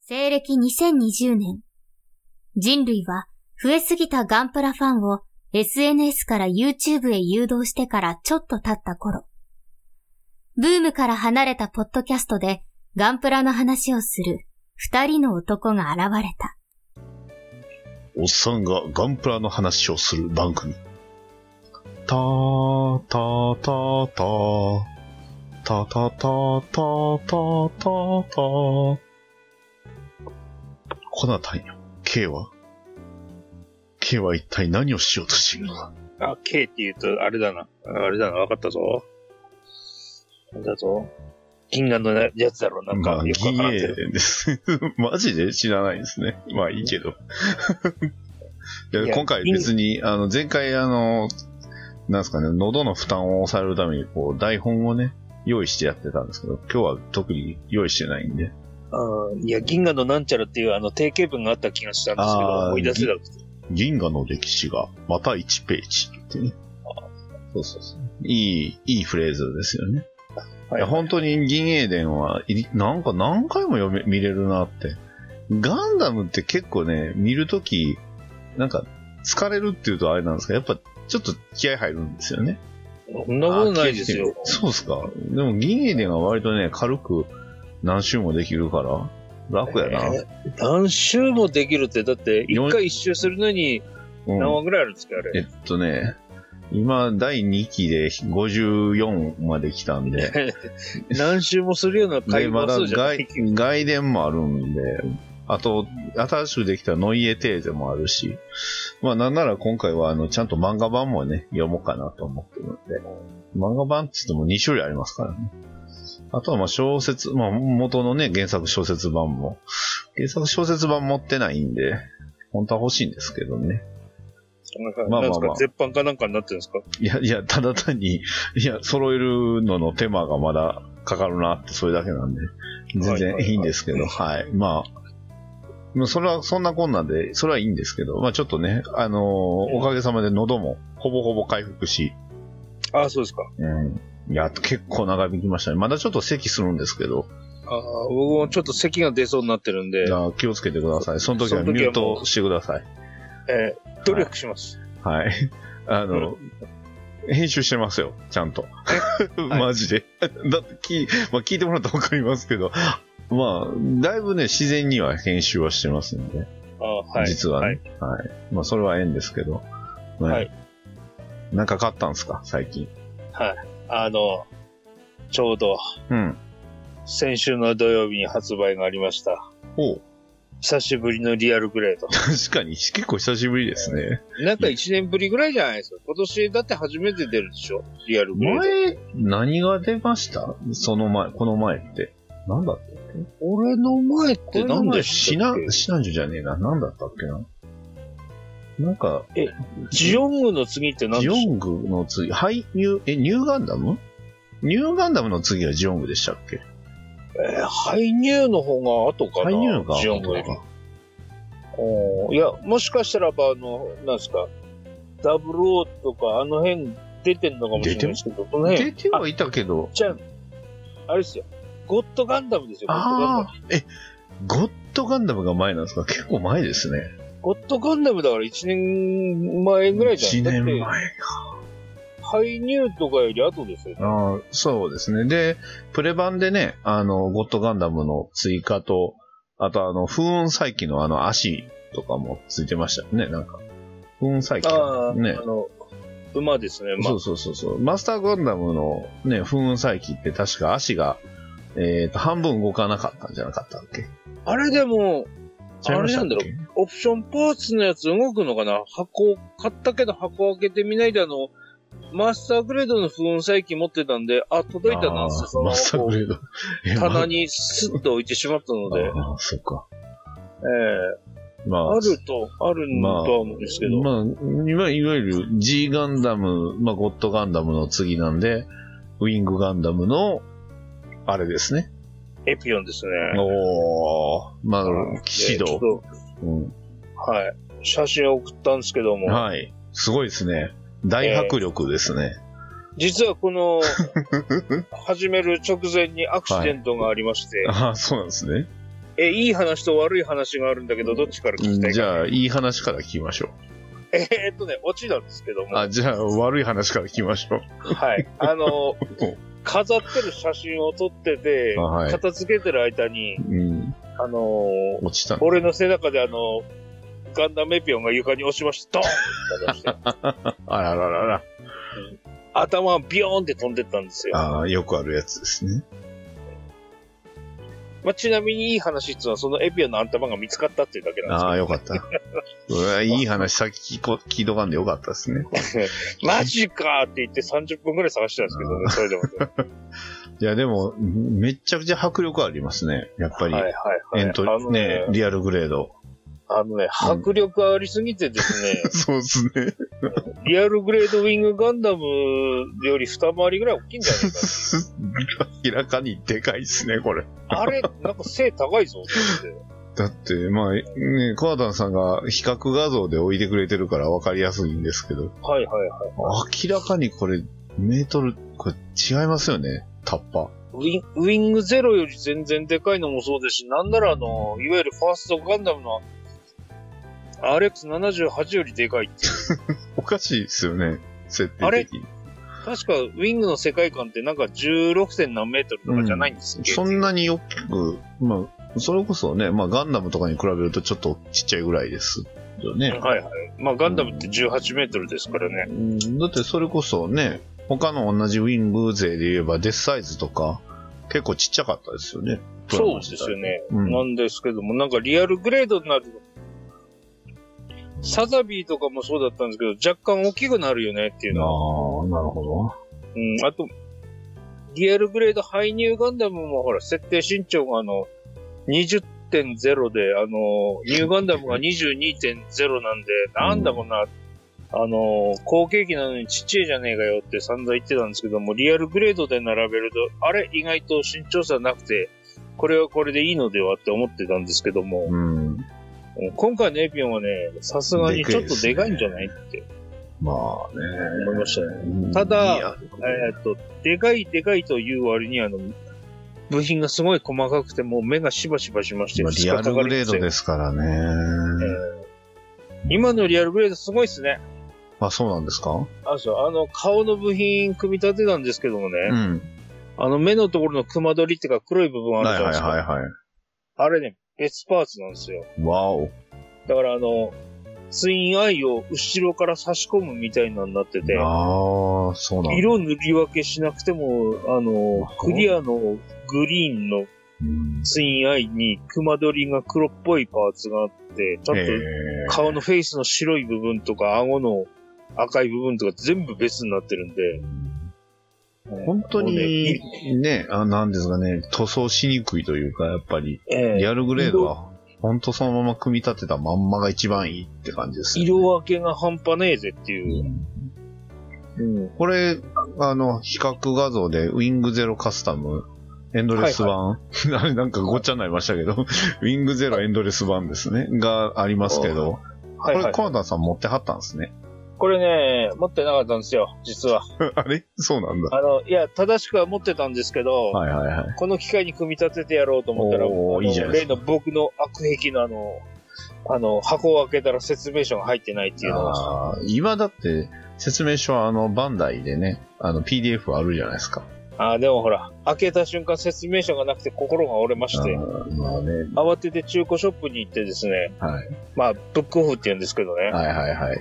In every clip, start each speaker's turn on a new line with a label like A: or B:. A: 西暦2020年、人類は増えすぎたガンプラファンを SNS から YouTube へ誘導してからちょっと経った頃、ブームから離れたポッドキャストでガンプラの話をする二人の男が現れた。
B: おっさんがガンプラの話をする番組。たーたーたーたー。たーたーたーたーたーたーたー。コナタンよ。K は ?K は一体何をしようとしているのか。
C: あ、K って言うと、あれだな。あれだな、わかったぞ。あれだぞ。銀河のやつだろう、なん
B: ま
C: か
B: あ、。
C: よくわからんけど
B: DA です。 マジで知らないですね。まあいいけど。いや
C: いや
B: 今回別に、あの、前回あの、なんですかね、喉の負担を抑えるために、こう、台本をね、用意してやってたんですけど、今日は特に用意してないんで。
C: うんいや、銀河のなんちゃらっていうあの定型文があった気がしたんですけど、
B: あー
C: 思い出せなくて。
B: 銀河の歴史がまた1ページってね。そうそうそう。いい、いいフレーズですよね。
C: はい
B: いや本当に銀英伝はいなんか何回も読め見れるなって。ガンダムって結構ね、見るとき、なんか疲れるっていうとあれなんですけど、やっぱちょっと気合入るんですよね。
C: そんなことないですよ。
B: そうですか。でも銀英伝は割とね、軽く何周もできるから、楽やな。
C: えー何周もできるって、だって、一
B: よん
C: 回一周するのに
B: うん
C: 何話ぐらいあるんですか、あれ。
B: えっとね、今、第2期で54まで来たんで、
C: 何周もするような
B: で、
C: 会
B: ま
C: 話
B: だ
C: 数じゃない
B: 外。 外伝もあるんで、あと、新しくできたノイエテーゼもあるし、まあなんなら今回は、あの、ちゃんと漫画版もね、読もうかなと思ってるんで、漫画版って言っても2種類ありますからね。あとはまあ小説、まあ元のね、原作小説版も、原作小説版持ってないんで、本当は欲しいんですけどね。
C: なんか、
B: まあまあ
C: なんです
B: ま
C: か
B: あ、
C: 絶版かなんかになってるんですか
B: いや、いや、ただ単に、 いや、揃えるのの手間がまだかかるなって、それだけなんで、全
C: はいはい
B: 然
C: はい
B: いいんですけど、はい。まあ、まあそれは、そんなこんなんで、それはいいんですけど、まあちょっとね、あのーおかげさまで喉もほぼほぼ回復し、
C: ああ、そうですか。
B: うん。いや、結構長引きましたね。まだちょっと咳するんですけど、
C: ああ、僕もちょっと咳が出そうになってるんで
B: じ、ゃあ気をつけてください。その時は
C: その
B: ミ
C: 時
B: ュー
C: はもう
B: トしてください。
C: えー努力します。
B: はい。 あの、編集してますよ、ちゃんと。 マジで。だって聞い、まあ、聞いてもらったらわかりますけど、 まあ、だいぶね、自然には編集はしてますんで、
C: ああ、はい。
B: 実はね、はい。まあ、それは縁ですけど、ね
C: はい
B: なんか買ったんですか、最近。
C: あの、ちょうど、
B: うん。
C: 先週の土曜日に発売がありました。
B: おう
C: 久しぶりのリアルグレード。
B: 確かに、結構久しぶりですね。
C: なんか1年ぶりぐらいじゃないですか。今年だって初めて出るでしょリアルグレード。
B: 前、何が出ましたその前、この前って。なんだっけ
C: 俺の前っ
B: こ
C: て
B: れなん
C: 何で
B: で
C: し
B: シ
C: たっ
B: ナ
C: け、
B: シナンジュじゃねえな。なんだったっけな。なんか、
C: ジオングの次って何で
B: ジオ
C: し
B: ングの次、俳優、え、ニューガンダムニューガンダムの次はジオングでしたっけ
C: たえーハイニューの方が後か
B: ハ
C: な
B: イニューが
C: ジオングより
B: 後か
C: おーいや、もしかしたらば、あの、なんですか、ダブルオーとかあの辺出てんのかもしれないですけど、この
B: 出
C: 辺。
B: てはいたけど、
C: じゃあ、あれですよ。ゴッドガンダムですよ、ゴッドガンダム
B: あ。あ、え、ゴッドガンダムが前なんですか結構前ですね。
C: ゴッドガンダムだから1年前ぐらいじゃ
B: 1
C: ない
B: 年
C: だっ
B: 前。
C: て、ハイニューとかより後ですよね。
B: ああ、そうですね。で、プレ版でね、あの、ゴッドガンダムの追加と、あとあの、風雲再起のあの足とかもついてましたよね、なんか。風雲再起。
C: ああ、
B: ね
C: あの、馬ですね、まあ
B: そうそうそうそう。マスターガンダムのね、風雲再起って確か足が、えっ、と、半分動かなかったんじゃなかったっけ
C: あれでも、
B: 違いましたっけ
C: あれオプションパーツのやつ動くのかな箱、買ったけど箱開けてみないで、あの、マスターグレードの不運再起持ってたんで、あ、届いたなって、
B: あー
C: その
B: マスターグレード。え
C: 棚にスッと置いてしまったので、え
B: ま ああー、そっか。
C: え
B: まあ、
C: あると、あるんだとは思うんですけど、
B: まあ、いわいわゆる G ガンダム、まあ、ゴッドガンダムの次なんで、ウィングガンダムの、あれですね。
C: エピオンですね。
B: おー、ま
C: う
B: あ、騎士
C: でちょ
B: 道
C: っ。と
B: うん
C: はい。写真を送ったんですけども、
B: はい。すごいですね。大迫力ですね。
C: 実はこの、 始める直前にアクシデントがありまして、
B: ああ、そうなんですね。
C: え、いい話と悪い話があるんだけど、どっちから聞きたいか。
B: じゃあ、いい話から聞きましょ
C: えーっとね、オチなんですけど
B: う。
C: も、
B: あ、じゃあ、悪い話から聞きましょう。
C: はい。あの、飾ってる写真を撮ってて
B: あ、はい
C: 片付けてる間に、
B: うん。
C: あのー
B: 落ちたの。
C: 俺の背中であの、ガンダムエピオンが床に落ちました。ドーンっ て落ちて
B: あらららら。
C: 頭ビヨーンって飛んでったんですよ。
B: ああ、よくあるやつですね。
C: まあ、ちなみにいい話っていうのは、そのエピオンの頭が見つかったっていうだけ
B: あ
C: な
B: あ、
C: ん
B: よかった。うわいい話、さっき聞こ聞いとかんでよかったですね。
C: ですけど、マジかーって言って30分くらい探してたんですけどね、それで も、ね。
B: いや、でも、めっちゃくちゃ迫力ありますね。やっぱり、
C: はいはいはい。
B: エントリ
C: あ
B: ー、
C: のね
B: ね、リアルグレード。
C: あのね、迫力ありすぎてですね、
B: そうですね。
C: リアルグレードウィングガンダムより二回りぐらい大きいんじゃないか
B: 明らかにでかいですね、これ。
C: な。あれ、なんか背高いぞって思って。
B: だって、まあ、ね、コアダンさんが比較画像で置いてくれてるから分かりやすいんですけど、
C: はいはいはい。
B: 明らかにこれ、メートル、これ違いますよね、タッパ。
C: ウィンウィングゼロより全然でかいのもそうですし、なんならあの、いわゆるファーストガンダムの RX78 よりでかいっていう。
B: おかしいですよね、設定的に。
C: 確かウィングの世界観ってなんか 16. 点何メートルとかじゃないんですよ、
B: そんなに大きく、まあ、それこそね、まあ、ガンダムとかに比べるとちょっとちっちゃいぐらいですよね。
C: はいはい。まあガンダムって18メートルですからね。
B: うんだってそれこそね、他の同じウィング勢で言えばデスサイズとか、結構ちっちゃかったですよね。
C: そうですよね。
B: うん。
C: なんですけども、なんかリアルグレードになると、サザビーとかもそうだったんですけど、若干大きくなるよねっていう
B: あ
C: のは。
B: あ、なるほ
C: うん、あと、リアルグレードハイニューガンダムもほら、設定身長があの、20.0で、あの、ニューガンダムが22.0なんで、なんだこんな、あの、後継機なのにちっちゃいじゃねえかよって散々言ってたんですけども、リアルグレードで並べると、あれ意外と身長差なくて、これはこれでいいのではって思ってたんですけど
B: ど。
C: も、
B: うん。
C: 今回のエピオンはね、さすがにちょっとでかいんじゃないって
B: まあね。
C: 思いましたね。
B: うん
C: ただ
B: いや
C: えーっと、でかいでかいという割に、あの、部品がすごい細かくて、もう目がしばしばしまして、。
B: まあリアルグレードですすから
C: え
B: ね。
C: ー今のリアルグレードすごいっすね。
B: あ、そうなんですか
C: あそうあの、顔の部品組み立てたんですけどもね、
B: うん。
C: あの、目のところの熊取りっていうか黒い部分あるじ
B: は
C: ゃ
B: いは
C: ない
B: い
C: ですか。
B: はいは
C: あれね、別パーツなんですよ。
B: い。わお。
C: だからあの、ツインアイを後ろから差し込むみたいなのになってて、
B: ああ、そうなんだ。
C: 色塗り分けしなくても、あの、クリアのグリーンの
B: うん
C: ツインアイに熊取りが黒っぽいパーツがあって、ちょ
B: え
C: っと顔のフェイスの白い部分とか、顎の赤い部分とか全部別になってるんで、
B: ー本当
C: もうね
B: に
C: い、
B: ね、あなんですかね、塗装しにくいというか、やっぱり、
C: ええ
B: リアルグレードは、ほんとそのまま組み立てたまんまが一番いいって感じです、ね。
C: 色分けが半端ねえぜっていう。うん
B: これ、あの、比較画像で、ウィングゼロカスタム、エンドレス版、 あれなんかごっちゃになりましたけど、 ウィングゼロエンドレス版ですね、がありますけど、こ
C: はいは
B: れ、
C: い。
B: コナダさん持ってはったんです ね。
C: これね、持ってなかったんですよ、実は。
B: あれそうなんだ。
C: あの、いや、正しくは持ってたんですけど、
B: はいはいはい。
C: この機械に組み立ててやろうと思ったら、
B: おー
C: あの
B: いいじゃないで
C: 例
B: すか
C: の僕の悪癖のあの、あの、箱を開けたら説明書が入ってないっていうのが、
B: あー今だって、説明書はあの、バンダイでね、あの、PDF あるじゃないですか。
C: ああ、でもほら、開けた瞬間説明書がなくて心が折れまして、
B: あーまあね、
C: 慌てて中古ショップに行ってですね、
B: はい。
C: まあ、ブックオフって言うんですけどね、
B: はいはいはい。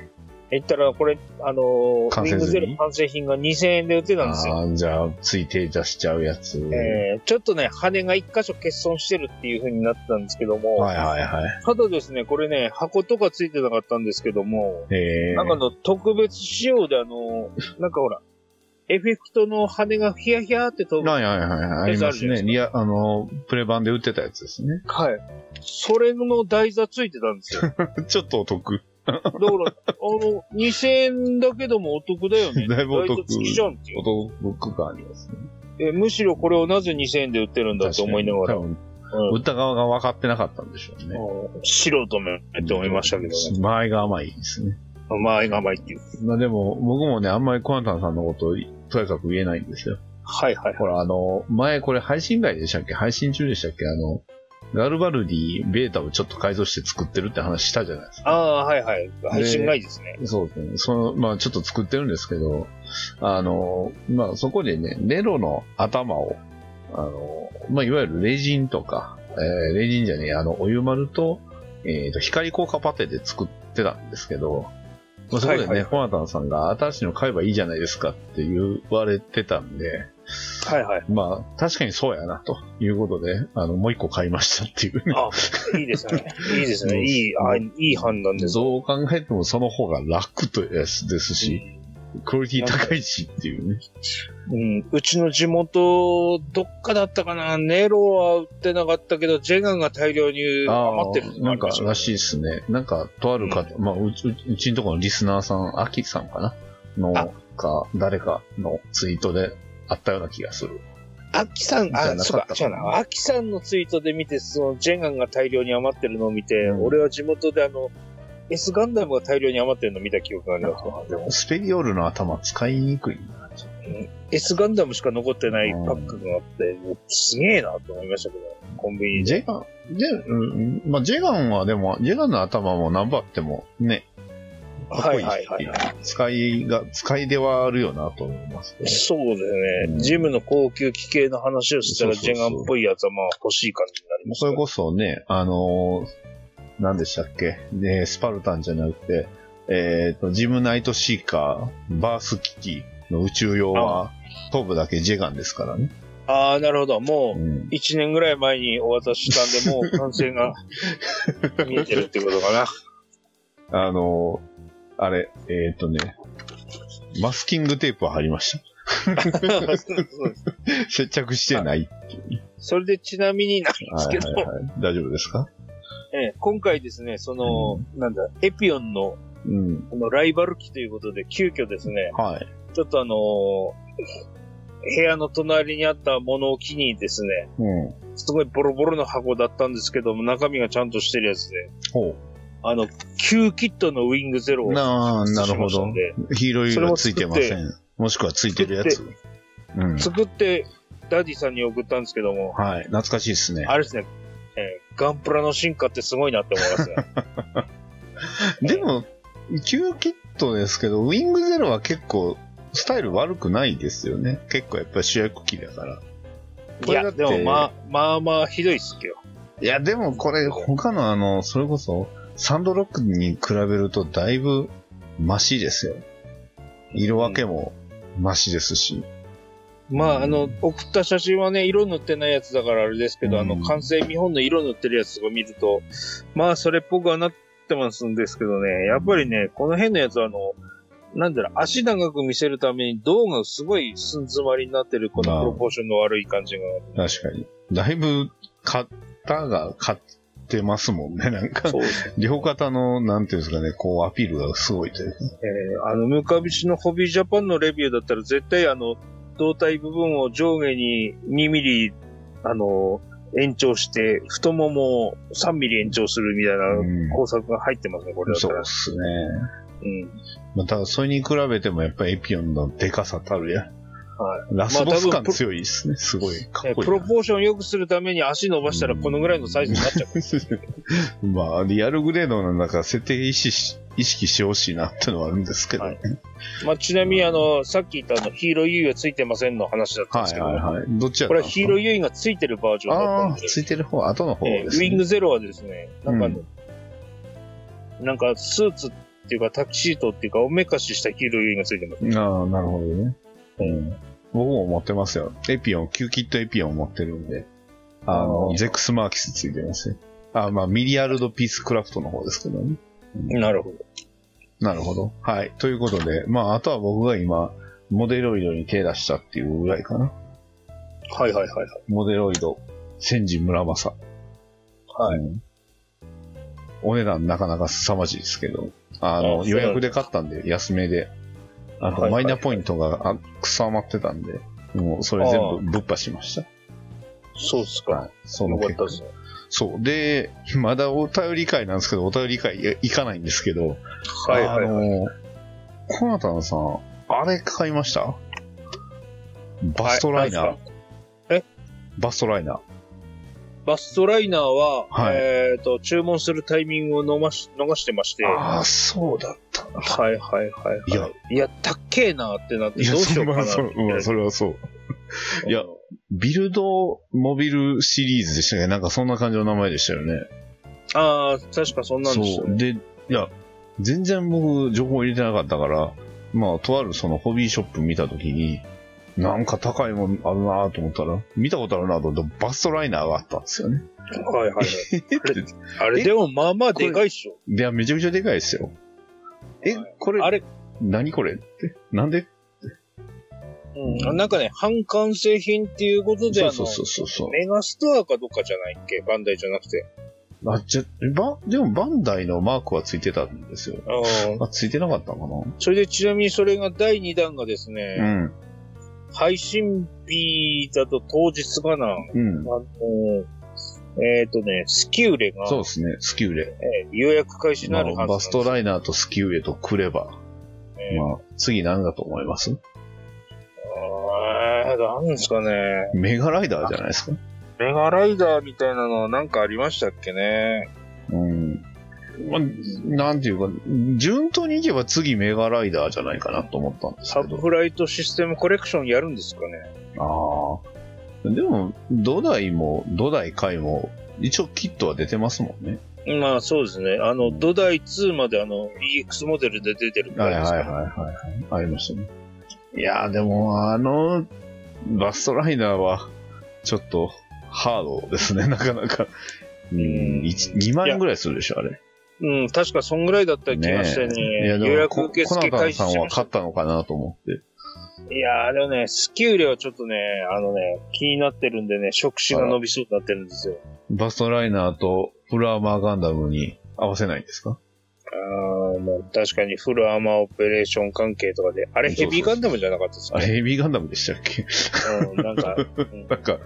C: 行ったらこれ、あのー、ウ
B: 完
C: ィ
B: 成
C: ング
B: 済
C: ゼ
B: み
C: ロ完成品が2000円で売ってたんですよ。
B: あーじゃあ、つい手出しちゃうやつ。
C: えーちょっとね、羽が一箇所欠損してるっていう風になってたんですけども、
B: はいはいはい。
C: ただですね、これね、箱とかついてなかったんですけども、
B: えー
C: なんかあの、特別仕様であの、なんかほら、エフェクトの羽がヒヤヒヤって飛ぶ。
B: はいはいはいはい。あります
C: やつあるじゃないです
B: ね。
C: か
B: リア、あの、プレ版で売ってたやつですね。
C: はい。それの台座ついてたんですよ。
B: ちょっとお得。
C: だから、あの、2000円だけどもお得だよ ね。
B: だいぶお得
C: 意外と付きじゃんっていう。
B: お得感ありますね。
C: えむしろこれをなぜ2000円で売ってるんだと思いながら、
B: 確かに多
C: う
B: 分、売
C: ん
B: った側が分かってなかったんでしょうね。
C: 素人めって思いましたけどね。
B: 間合いが甘いですね。
C: まあ、甘いっていう。
B: まあでも、僕もね、あんまりコナタンさんのこと、とやかく言えないんですよ。
C: はいはい。
B: ほら、あの、前これ配信外でしたっけ配信中でしたっけあの、ガルバルディ、ベータをちょっと改造して作ってるって話したじゃないですか。
C: ああ、はいはい。配信外ですね。
B: そうですね。その、まあちょっと作ってるんですけど、あの、まあそこでね、ネロの頭を、あの、まあいわゆるレジンとか、えーレジンじゃねえ、あの、お湯丸と、えっ、と、光効果パテで作ってたんですけど、まあそこで
C: はい
B: ね、ホナタンさんが新しいの買えばいいじゃないですかって言われてたんで、
C: はいはい。
B: まあ確かにそうやなということで、あの、もう一個買いましたっていうね。
C: あ、いいですね。いいです
B: う
C: ね。
B: ん
C: いい、あいい判断です。
B: どう考えてもその方が楽とですです
C: う
B: し、
C: ん
B: クオリティ高いしっていうね。
C: うん、うちの地元、どっかだったかな、ネロは売ってなかったけど、ジェガンが大量に余ってる
B: なんからしい
C: い。
B: ですね。なんか、とある方、まあ、うち、うちのところのリスナーさん、アキさんかな
C: あ
B: の、か、誰かのツイートであったような気がする。
C: アキさん、
B: じゃ
C: あ、
B: な
C: そう
B: か
C: か
B: っ、た
C: 違うな。アキさんのツイートで見て、その、ジェガンが大量に余ってるのを見て、
B: うん
C: 俺は地元であの、S ガンダムが大量に余ってるのを見た記憶があります。
B: でも、スペリオールの頭使いにくいな。
C: S ガンダムしか残ってないパックがあって、もうすげえなと思いましたけど、コンビニで。
B: ジェガン、ジェ、うん、まあ、ジェガンはでも、ジェガンの頭も何番あってもね、かっこいいし、
C: はいはいは
B: 使いが、使いではあるよなと思いますけど。
C: そうです
B: う
C: ね。
B: ん
C: ジムの高級機系の話をしたら、
B: そうそ
C: ジ
B: うそう
C: ェガンっぽいやつはまあ欲しい感じになります
B: そ
C: ね。
B: れこそね、あのー、何でしたっけ、ね、スパルタンじゃなくて、えっ、と、ジムナイトシーカー、バース機器の宇宙用は、頭部だけジェガンですからね。
C: ああ、なるほど。
B: う
C: もう、
B: ん、
C: 1年ぐらい前にお渡ししたんで、もう完成が見えてるってことか な。
B: あのー、あれ、えっ、とね、マスキングテープは貼りました。接着してない。
C: それでちなみになんです
B: はい
C: けど、
B: はいはい。大丈夫ですか
C: ええ今回ですね、その、なんだ、エピオンの
B: うん。
C: このライバル機ということで、急遽ですね、
B: はい。
C: ちょっとあのー部屋の隣にあったものを機にですね、
B: うん。
C: すごいボロボロの箱だったんですけども、中身がちゃんとしてるやつで、
B: ほ
C: あの、旧キットのウィングゼロ
B: う。
C: を
B: なあ、なる
C: し
B: ほ
C: ました
B: ど
C: ん。で、
B: 黄色い色がついてませ
C: それ
B: ん。もしくはついてるやつ。うん。
C: 作ってダディさんに送ったんですけども、
B: はい。懐かしいですね。
C: あれですね、えーガンプラの進化ってすごいなって思いますね。
B: でも、旧キットですけど、ウィングゼロは結構、スタイル悪くないですよね。結構やっぱり主役機だから。
C: い
B: これだ
C: や、
B: って
C: でもまあ、まあまあひどいっすけど。
B: いや、でもこれ、他のあの、それこそ、サンドロックに比べるとだいぶ、マシですよ。色分けも、マシですし。
C: まあ、あの、送った写真はね、色塗ってないやつだからあれですけど、あ
B: う
C: の、
B: ん
C: 完成見本の色塗ってるやつとか見ると、まあ、それっぽくはなってますんですけどね、やっぱりね、この辺のやつはあの、なんだろう、足長く見せるために胴がすごい寸詰まりになってる、こ
B: まあ
C: のプロポーションの悪い感じが。
B: 確かに。だいぶ、型が買ってますもんね。 なんか、
C: そうですね。
B: 両肩の、なんていうんですかね、こう、アピールがすごいというか。
C: えーあの、ムカビシのホビージャパンのレビューだったら絶対あの、胴体部分を上下に2ミリ、あの、延長して、太ももを3ミリ延長するみたいな
B: うん
C: 工作が入ってますね、これだった
B: そう
C: ら
B: で。すね。
C: うん。
B: まあ、ただ、それに比べても、やっぱりエピオンのデカさたるや。
C: は
B: ラスボス
C: まあ多
B: 感
C: 分プ
B: 強いですね。すごい。かっ
C: ね
B: こいい
C: プ
B: な。
C: ロポーション良くするために足伸ばしたらこのぐらいのサイズになっちゃう。
B: まあ、リアルグレードの中、設定意識し、意識してほしいなってのはあるんですけどね。
C: まあ、ちなみにあの、さっき言ったあの、ヒーローユイがついてませんの話だったん
B: は
C: です
B: い
C: けど、
B: はいはい。どっちや
C: こ
B: った
C: れ
B: んです
C: は
B: か
C: ヒーローユイがついてるバージョンだった
B: あ
C: ん
B: あ、
C: で、
B: ついてる方、後の方
C: えー
B: です
C: ウ
B: ね。
C: ィングゼロはですね、なんかあの、なんかスーツっていうかタキシートっていうかおめかししたヒーローユイがついてます。
B: ああ、なるほどね。うん。僕も持ってますよ。エピオン、キューキットエピオン持ってるんで。あの
C: あ、ー
B: ゼックスマーキスついてますね。あまあ、ミリアルドピースクラフトの方ですけどね。
C: なるほど。
B: なるほど。はい。ということで、まあ、あとは僕が今、モデロイドに手出したっていうぐらいかな。
C: はいはいはいはい。
B: モデロイド、千治村正。。
C: はい
B: お値段なかなか凄まじいですけど、あの、
C: あ
B: 予約で買ったんで、安めで。あ
C: は
B: と、
C: いは
B: マ
C: い
B: イナポイントがあくそ余ってたんで、もうそれ全部ぶっ破しました。
C: そうっすか。
B: はい。そ
C: よ
B: の
C: か
B: 結
C: った
B: 果
C: で。すね。
B: そう。で、まだお便り会なんですけど、お便り会い行かないんですけど、
C: はいはい
B: あ
C: はい。
B: の、コナタンさん、あれ買いましたバストライナー。
C: はい何です
B: バストライナー。
C: バストライナーは、
B: はい
C: えっ、と、注文するタイミングを逃し逃してまして、はい
B: ああ、そうだったな。
C: はいはいはい。
B: いや、
C: いや、たっけえなってなって、
B: いや、
C: どうし
B: そ
C: よう
B: れは
C: かなって
B: そう、うん、それはそう。いや、ビルドモビルシリーズでしたっけなんかそんな感じの名前でしたよね。
C: ああ、確かそんなんでした
B: そう。
C: ね。
B: で、いや、全然僕、情報入れてなかったから、まあ、とあるそのホビーショップ見たときに、なんか高いもんあるなと思ったら、見たことあるなと思って、バストライナーがあったんですよね。
C: は いはいはい。あれ、
B: え
C: でもまあまあでかいっしょ。
B: いや、めちゃくちゃでかいですよ。え、これ、
C: あれ、
B: 何これって。なんで
C: うん、なんかね、半完成品っていうことで、
B: そ
C: あ
B: うそうそう
C: の、
B: そうそう。
C: メガストアかどっかじゃないっけバンダイじゃなくて。
B: あ、じゃ、ば、でもバンダイのマークはついてたんですよ。
C: うん
B: あ、ついてなかったのか
C: それでちなみにそれが第2弾がですね、
B: なうん。
C: 配信日だと当日かな。あ
B: うん。
C: のえっ、とね、スキューレが、
B: そうですね、スキューレ。
C: えー予約開始に
B: ま
C: な
B: あ
C: るはずなんで
B: バ
C: す
B: ストライナーとスキューレとクレバー。
C: ね
B: まあ、次何だと思います
C: あーなんですかね。
B: メガライダーじゃないですか。
C: メガライダーみたいなのなんかありましたっけね。
B: うん。まあ、なんていうか、順当にいけば次メガライダーじゃないかなと思ったんです
C: サ
B: け
C: ブ
B: ど。
C: フライトシステムコレクションやるんですかね。
B: ああ。でも、土台も、土台回も、一応キットは出てますもんね。
C: まあそうですね。あの、土台2まであの、EX モデルで出てるくら
B: はい
C: い
B: は
C: で
B: い
C: す
B: は
C: か
B: い
C: ら
B: はい、はい。ありましたね。いやーでも、あの、バストライナーは、ちょっと、ハードですね、な かなか。うん、2万円ぐらいするでしょ、あれ。
C: うん、確かそんぐらいだった気がしてね。
B: いや、で
C: 予
B: も、
C: 約
B: こ
C: 受
B: コナ
C: 付
B: タ
C: 開
B: ン
C: 始
B: さん
C: し
B: は
C: ました
B: 勝っ。たのかなと思って。
C: いやー、でもね、スキューレはちょっとね、あのね、気になってるんでね、触手が伸びそうになってるんですよ。
B: バストライナーとフルアーマーガンダムに合わせないんですか
C: あーもう確かにフルアーマーオペレーション関係とかで、あれヘビーガンダムじゃなかったです
B: あ
C: か
B: れ、ヘビーガンダムでしたっけ
C: うん、なんか、うん
B: なんか、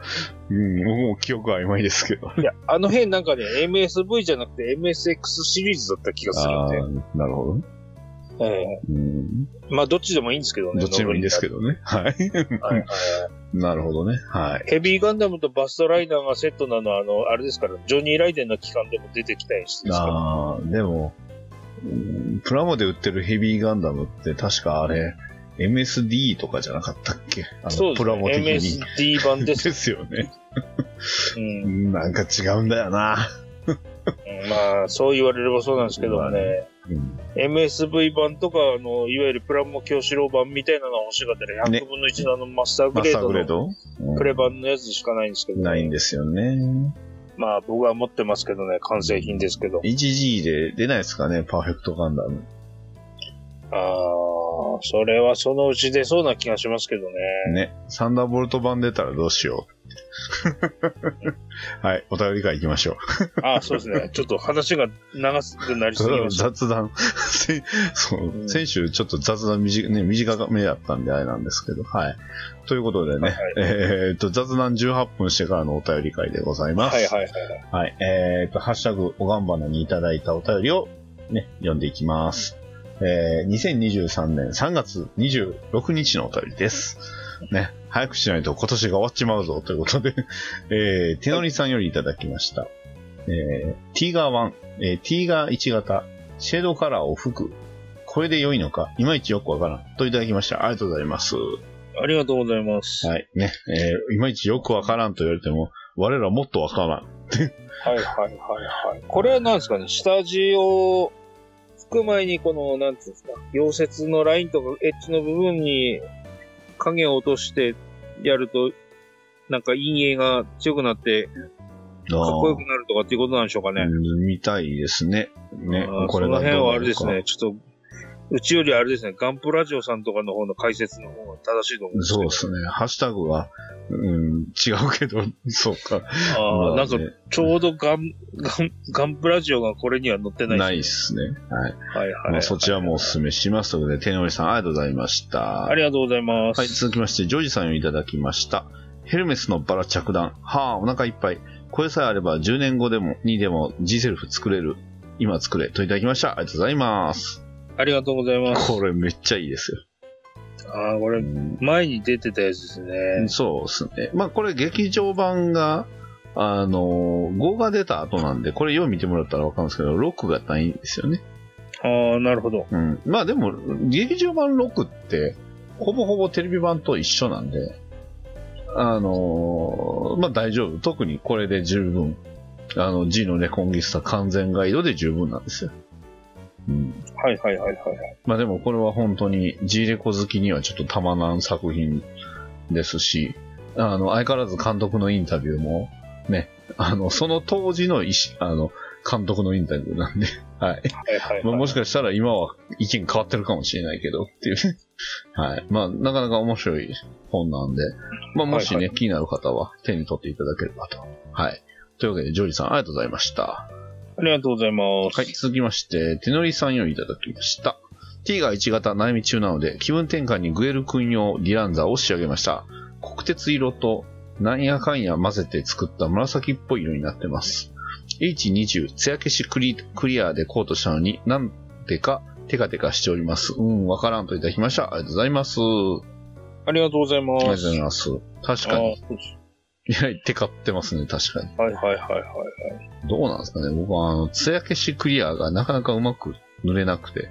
B: うん、僕も記憶曖昧ですけど。
C: いや、あの辺なんかね、MSV じゃなくて MSX シリーズだった気がす
B: ああ
C: るんで。
B: ー、なるほど。
C: え
B: うん、
C: えまあ、どっちでもいいんですけどね。
B: どっちでもいいんですけ
C: ど。
B: どね。はい。
C: はいはい
B: なるほどね。はい。
C: ヘビーガンダムとバストライナーがセットなのは、あの、あれですから、ジョニー・ライデンの期間でも出てきたりしてですから
B: ああ、でも、うんプラモで売ってるヘビーガンダムって確かあれ、MSD とかじゃなかったっけあ
C: そ
B: の、
C: うで
B: プ
C: す
B: ラモ的
C: ね。
B: に。
C: MSD 版で。
B: ですすよね。
C: うん
B: なんか違うんだよな。
C: まあ、そう言われればそうなんですけどもね、
B: うん、
C: MSV 版とか、あの、いわゆるプラモ教師郎版みたいなのが欲しかったら、
B: ね
C: 100分の1のあのマスターグ
B: マ
C: レ
B: ス
C: ー
B: ター
C: ド
B: グレー
C: の
B: ド、うん
C: プレ版のやつしかないんですけど、
B: ないんですよね。
C: まあ、僕は持ってますけどね、完成品ですけど。
B: 1G で出ないですかね、パーフェクトガンダム。
C: ああ、それはそのうち出そうな気がしますけどね。
B: ね。サンダーボルト版出たらどう しよう。はい、お便り会行きましょう。
C: ああ、そうです ね。ちょっと話が長くなりすぎました。
B: 雑談。 せそう、
C: うん
B: 先週ちょっと雑談短,、ね、短めだったんであれなんですけど、はい。ということでね、
C: はいはい
B: えーっと、雑談18分してからのお便り会でございます。
C: はいはいはい。
B: はい。えーっと、ハッシュタグ、おがんばなにいただいたお便りをね、読んでいきます。えー、2023年3月26日のお便りです。ね、早くしないと今年が終わっちまうぞということで、 えー、手乗りさんよりいただきました。えー、ティーガー1、えー、ティーガー1型、シェードカラーを吹く。これで良いのかいまいちよくわからん。といただきました。ありがとうございます。
C: ありがとうございます。
B: はい。ね、えー、いまいちよくわからんと言われても、我らもっとわからん。
C: はいはいはいはい。これは何ですかね、下地を拭く前にこの、なんていうんですか、溶接のラインとかエッジの部分に影を落としてやると、なんか陰影が強くなって、
B: あー
C: かっこよくなるとかっていうことなんでしょうかね。
B: うん見たいですね。ね
C: あー、
B: これ
C: その
B: がどうな
C: 辺
B: るか
C: はあれですね、ちょっと、うちよりあれですね、ガンプラジオさんとかの方の解説の方が正しいと思うんですけ
B: そう
C: ど。
B: ですね。ハッシュタグは、うん、違うけど、 そうか。
C: ああ、
B: ま
C: な
B: あ
C: んか
B: ね、
C: ちょうどガン、ガン、ガンプラジオがこれには載ってな
B: ないい
C: で
B: っ
C: す
B: すね。はい。
C: ね。はいはい、
B: まあ、そちらもお勧めしますということで、手のりさん、ありがとうございました。
C: ありがとうございます。
B: はい、続きまして、ジョージさんをいただきました。ヘルメスのバラ着弾。はあ、お腹いっぱい。これさえあれば10年後でも、にでも G セルフ作れる。今作れ。といただきました。ありがとうございます。
C: ありがとうございます。
B: これめっちゃいいですよ。
C: ああ、こ
B: う
C: れ、
B: ん
C: 前に出てたやつですね。
B: そうですね。まあこれ劇場版があの、5が出た後なんで、これよう見てもらったらわかるんですけど、6がないんですよね。
C: ああ、なるほど。
B: うん。まあでも、劇場版6って、ほぼほぼテレビ版と一緒なんで、あのーまあ大丈夫。特にこれで十分。あの、G のレコンギスタ完全ガイドで十分なんですよ。うん。
C: はいはいはいはいはい。
B: まあでもこれは本当に G レコ好きにはちょっとたまらん作品ですし、あの、相変わらず監督のインタビューも、ね、あの、その当時の意思あの、監督のインタビューなんで、はい。
C: はいはい、はい。
B: まあ、もしかしたら今は意見変わってるかもしれないけどっていう ね。はい。まあ、なかなか面白い本なんで、まあ、もしね、
C: はい
B: 気になる方は手に取っていただければと。はい。というわけで、ジョージさん、ありがとうございました。
C: ありがとうございます。
B: はい。続きまして、手乗りさんよりいただきました。T が1型悩み中なので、気分転換にグエル君用ディランザを仕上げました。国鉄色となんやかんや混ぜて作った紫っぽい色になってます。H20、艶消しクリクリアでコートしたのになんでかテカテカしております。うん、わからんといただきました。ありがとうございます。あ
C: ありがとうございます。
B: りがとうございます。確かに。
C: あーそうです
B: いや、テカってますね、確かに。
C: はいはいはいはい。
B: どうなんですかね。僕は、あの、艶消しクリアがなかなかうまく塗れなくて。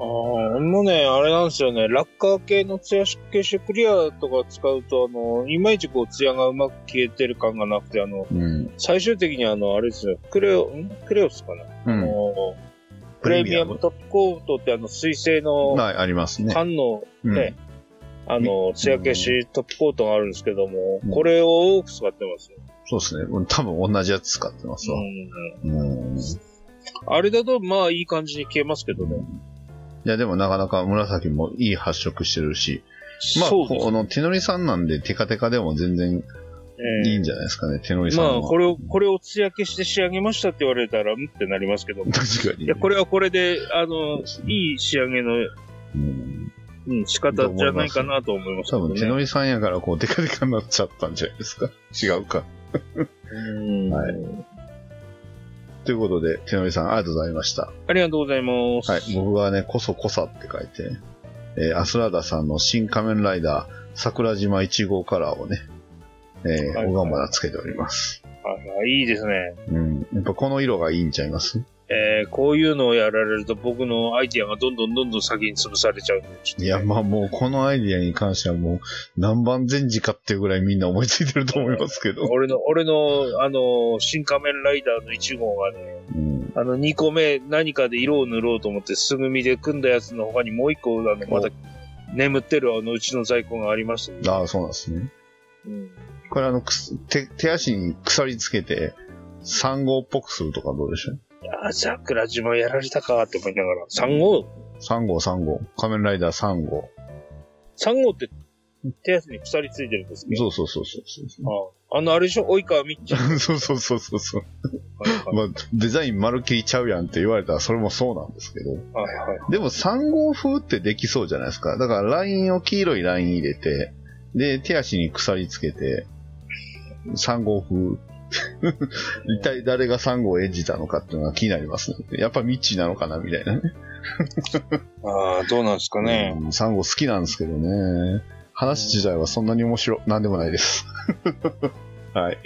C: ああ、もうね、あれなんですよね、ラッカー系のツヤ消しクリアとか使うと、あの、いまいちこう、ツヤがうまく消えてる感がなくて、あの、
B: うん。
C: 最終的にあの、あれですよ、クレオ、んクレオスかな、
B: う
C: あ
B: ん。
C: の、プレミアムトップコートってあの、水性の
B: はい、ありますね。
C: 缶の
B: うん
C: ね、あの、ツヤ消しトップコートがあるんですけども
B: うん、
C: これを多く使ってますよ。
B: そうですね。多分同じやつ使ってますわ。
C: う
B: う
C: ん
B: ん。い
C: あれだと、まあ、いい感じに消えますけどね。
B: や、でもなかなか紫もいい発色してるし、まあ、
C: そうです
B: この手乗りさんなんでテカテカでも全然
C: ね
B: いいんじゃないですかね、手乗りさん
C: ま
B: は。
C: あ、これを、これをつや消して仕上げましたって言われたら、うんってなりますけど。い
B: 確かに。
C: や、これはこれで、あの、いい仕上げの、
B: うん
C: うん、仕方じゃないかなと思いますけ
B: 多
C: ど
B: 分手
C: ね。
B: 乗りさんやから、こう、テカテカになっちゃったんじゃないですか。違うか。
C: うん
B: はいということで、手乗りさん、ありがとうございました。
C: ありがとうございます。
B: はい、僕はね、こそこさって書いて、えーアスラーダさんの新仮面ライダー、桜島1号カラーをね、えー
C: はい
B: 小川まだつけております。
C: あいいですね。
B: うん。やっぱこの色がいいんちゃいます
C: えー、こういうのをやられると僕のアイディアがどんどんどんどん先に潰されちゃうんで、ちょっと
B: い
C: ね
B: や、まあもうこのアイディアに関してはもう何番前時かっていうぐらいみんな思いついてると思いますけ ど。
C: 俺の、俺の、あの、新仮面ライダーの1号がね、
B: うん。
C: あの、2個目何かで色を塗ろうと思って、すぐみで組んだやつの他にもう1個、あの、まだ眠ってるあの、うちの在庫がありましたね。
B: ああ、そうなんですね。
C: うん
B: これあの、くす手、手足に鎖つけて、3号っぽくするとかどうでしょう
C: あ、桜島やられたかって思いながら。3号
B: ?3 号、3号。仮面ライダー3号。
C: ?3 号って手足に鎖ついてるんですね。
B: そうそうそうそうそうそう。
C: ああの、あれでしょ及川みっちゃ ん。
B: そうそうそうそうそう。
C: はい
B: まあ、デザイン丸切りちゃうやんって言われたらそれもそうなんですけど。
C: はいはい。
B: でも3号風ってできそうじゃないですか。だからラインを黄色いライン入れて、で、手足に鎖つけて、3号風。 一体誰が3号を演じたのかっていうのが気になりますね。やっぱミッチーなのかなみたいなね。
C: ああ、どうなんですかね。
B: うん3号好きなんですけどね。話自体はそんなに面白、なんでもないです。 はい。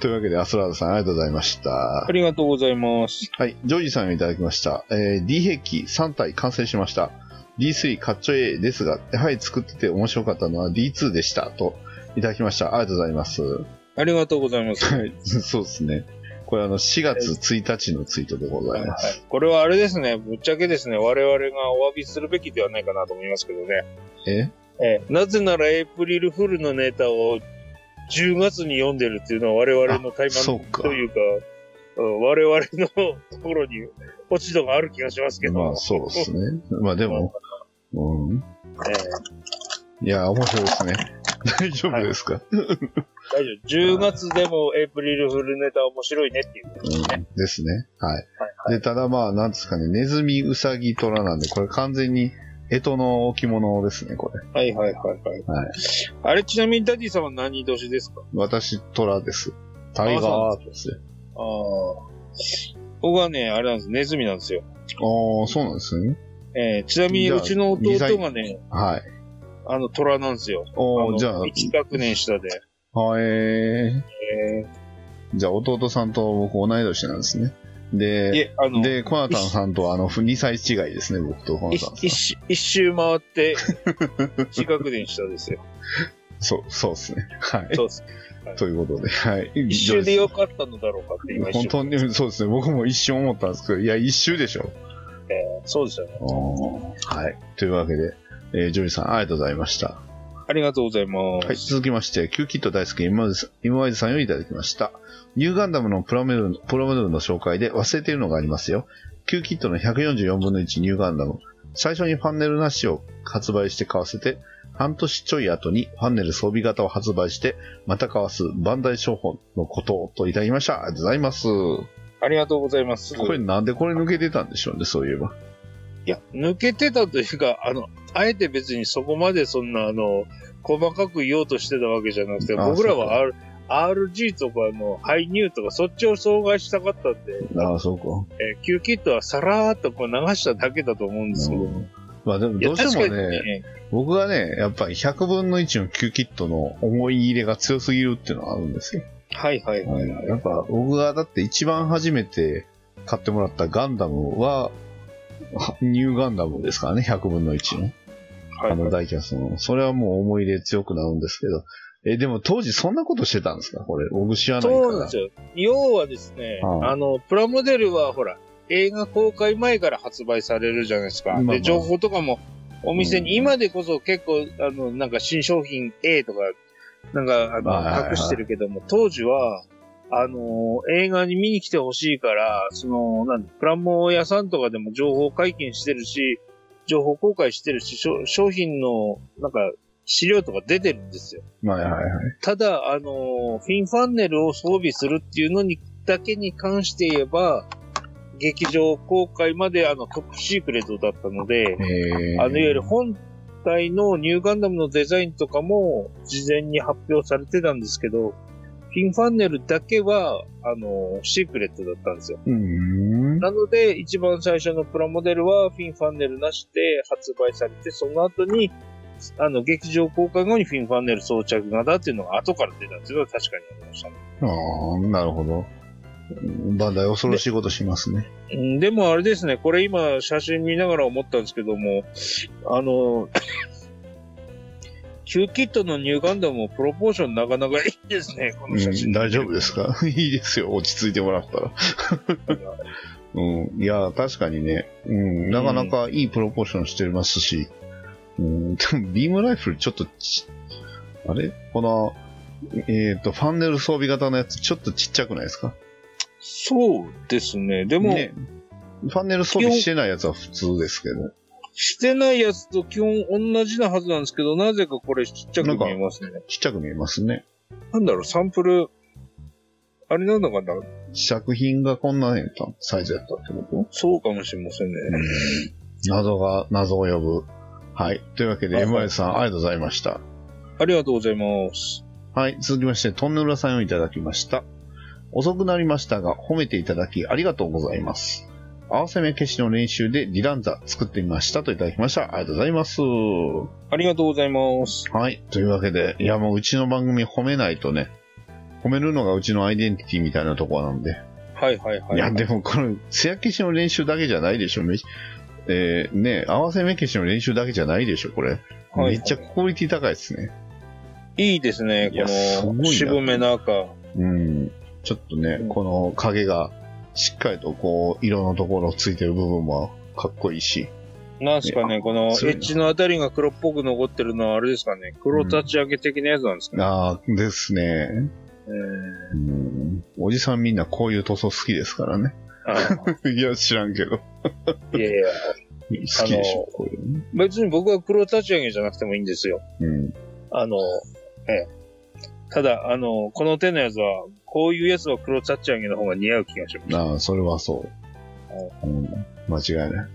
B: というわけで、アスラーダさんありがとうございました
C: あ。りがとうございます。
B: はい、ジョージさんをいただきました。えー D 兵器3体完成しました。D3 カッチョ A ですが、やはり作ってて面白かったのは D2 でした。と、いただきました。ありがとうございます。は
C: ありがとうございます。はい
B: い、 そうですね。これあの、4月1日のツイートでございます。
C: これはあれですね、ぶっちゃけですね、我々がお詫びするべきではないかなと思いますけどね。
B: え
C: ええなぜならエイプリルフールのネタを10月に読んでるっていうのは我々の怠
B: あそう
C: 慢
B: か
C: というか、うん我々のところに落ち度がある気がしますけど。
B: まあ、そうですね。まあでも、うん。
C: ええ
B: いや、面白いですね。 大丈夫ですか、
C: 大丈夫。10月でもエイプリルフールネタ面白いねっていう。
B: うん、ですね。はい。で、ただまあ、なんですかね、ネズミ、ウサギ、トラなんで、これ完全に、干支の置物ですね、これ。
C: はいはいはいはい。
B: はい
C: あれちなみにダディさんは何年ですか
B: 私、トラです。タイガーアートですよ。
C: ああ。僕はね、あれなんです。ネズミなんですよ。
B: ああ、そうなんですね。
C: ええちなみに
B: じゃあ
C: うちの弟がね、
B: はい。
C: あの、虎なんですよ。あ
B: お
C: の
B: ーじゃあ、
C: 1学年下で。
B: はい。
C: ええ
B: じゃあ弟さんと僕同い年なんですね。
C: い
B: で、
C: え、あの、
B: で、コナタンさんとあの、2歳違いですね、僕とコナタン
C: 一
B: さん。
C: 一一周 回って、四角電車ですよ。
B: そう、そうですね。はい。
C: そうです。
B: ということで、はい。
C: 一周でよかったのだろうかって今一
B: 本
C: 瞬
B: 当に、そうですね。僕も一瞬思ったんですけど、いや、一周でしょ。
C: そうですよね。
B: はい。というわけで、えージョージさん、ありがとうございました。
C: ありがとうございます。
B: はい、続きまして、キューキット大好き今津さん今までさんよりいただきました。ニューガンダムのプラモデルプラモデルの紹介で忘れているのがありますよ。キューキットの144分の1ニューガンダム。最初にファンネルなしを発売して買わせて、半年ちょい後にファンネル装備型を発売して、また買わすバンダイ商法のことをといただきました。ありがとうございます。
C: ありがとうございます。
B: これなんでこれ抜けてたんでしょうね、そういえば。
C: いや、抜けてたというか、あの、あえて別にそこまでそんな、あの、細かく言おうとしてたわけじゃなくて、
B: あ
C: 僕ら
B: そうか
C: は R RG とか、あの、ハイニューとか、そっちを障害したかったんで、
B: ああ、そうか。
C: えー、キューキットはさらーっとこう流しただけだと思うんですけど。
B: まあでも
C: いや
B: どうしても
C: 確かに
B: ね、僕はね、やっぱり100分の1のキューキットの思い入れが強すぎるっていうのはあるんですよ。
C: はいはいはい。
B: やっぱ僕がだって一番初めて買ってもらったガンダムは、ニューガンダムですからね、100分の1の。
C: はい
B: あのダイキャストの。それはもう思い入れ強くなるんですけど。え、でも当時そんなことしてたんですかこれ。僕知らないから。
C: そうなんですよ。要はですね、
B: はい
C: あの、プラモデルはほら、映画公開前から発売されるじゃないですか。
B: まあまあ
C: で、情報とかもお店に、
B: うん
C: 今でこそ結構、あの、なんか新商品 A とか、なんか、あの、
B: はいはいはい
C: 隠してるけども、当時は、あの映画に見に来てほしいから、その、なんプラモ屋さんとかでも情報解禁してるし、情報公開してるし、商商品の、なんか、資料とか出てるんですよ。
B: はいはいはい。
C: ただ、あの、フィンファンネルを装備するっていうのに、だけに関して言えば、劇場公開まであのトップシークレットだったので、
B: えー、
C: あの、いわゆる本体のニューガンダムのデザインとかも事前に発表されてたんですけど、フィンファンネルだけは、あの、シークレットだったんですよ。
B: うーん。
C: なので、一番最初のプラモデルはフィンファンネルなしで発売されて、その後に、あの、劇場公開後にフィンファンネル装着型っていうのが後から出たっていうのは確かにありましたね。
B: ああ、なるほど。バンダイ恐ろしいことしますね。
C: うんでもあれですね、これ今写真見ながら思ったんですけども、あの、 キューキットのニューガンダムもプロポーションなかなかいいですね、この写
B: う
C: 真。
B: ん、大丈夫ですか いいですよ、落ち着いてもらったら。 うん、いや、確かにね、うん、なかなかいいプロポーションしてますし、うん、でもビームライフルちょっとち、あれこの、えっ、と、ファンネル装備型のやつ、ちょっとちっちゃくないですか
C: そうですね。でも、
B: ね、ファンネル装備してないやつは普通ですけど、
C: してないやつと基本同じなはずなんですけど、なぜかこれちっちゃく見えますね。
B: ちっちゃく見えますね。
C: なんだろう、サンプル、あれなのかな
B: 作品がこんなやったサイズやったってこと
C: そうかもしれませんね。
B: 謎が、謎を呼ぶ。はい。というわけで、
C: はい
B: MY さん、ありがとうございました。
C: ありがとうございます。
B: はい、続きまして、トンネルさんをいただきました。遅くなりましたが、褒めていただきありがとうございます。合わせ目消しの練習でディランザ作ってみましたといただきました。ありがとうございます。は
C: ありがとうございます。
B: い、というわけで、いやもううちの番組褒めないとね、褒めるのがうちのアイデンティティみたいなところなんで。
C: はいはいはい。
B: いや、でもこれ、つや消しの練習だけじゃないでしょ。めえーね合わせ目消しの練習だけじゃないでしょ、これ。
C: は
B: め
C: い
B: っちゃクオリティ高いですね。
C: いいですね、
B: いやす
C: こ
B: ごいな
C: の渋めの赤。
B: うん。ちょっとね、この影がしっかりとこう、色のところついてる部分もかっこいいし。
C: なんすかね、このエ
B: そうやな
C: ッジのあたりが黒っぽく残ってるのはあれですかね、黒立ち上げ的なやつなんですかね。
B: ああ、ですね。
C: え
B: うん。おじさんみんなこういう塗装好きですからね。
C: ー
B: いや、知らんけど。
C: あいやい や、
B: 好きでしょ、こういうのね。
C: 別に僕は黒立ち上げじゃなくてもいいんですよ。
B: うん。
C: あの、ええ。ただ、あの、この手のやつは、こういうやつは黒立ち上げの方が似合う気がします。
B: ああ、それはそう。うん。間違いない。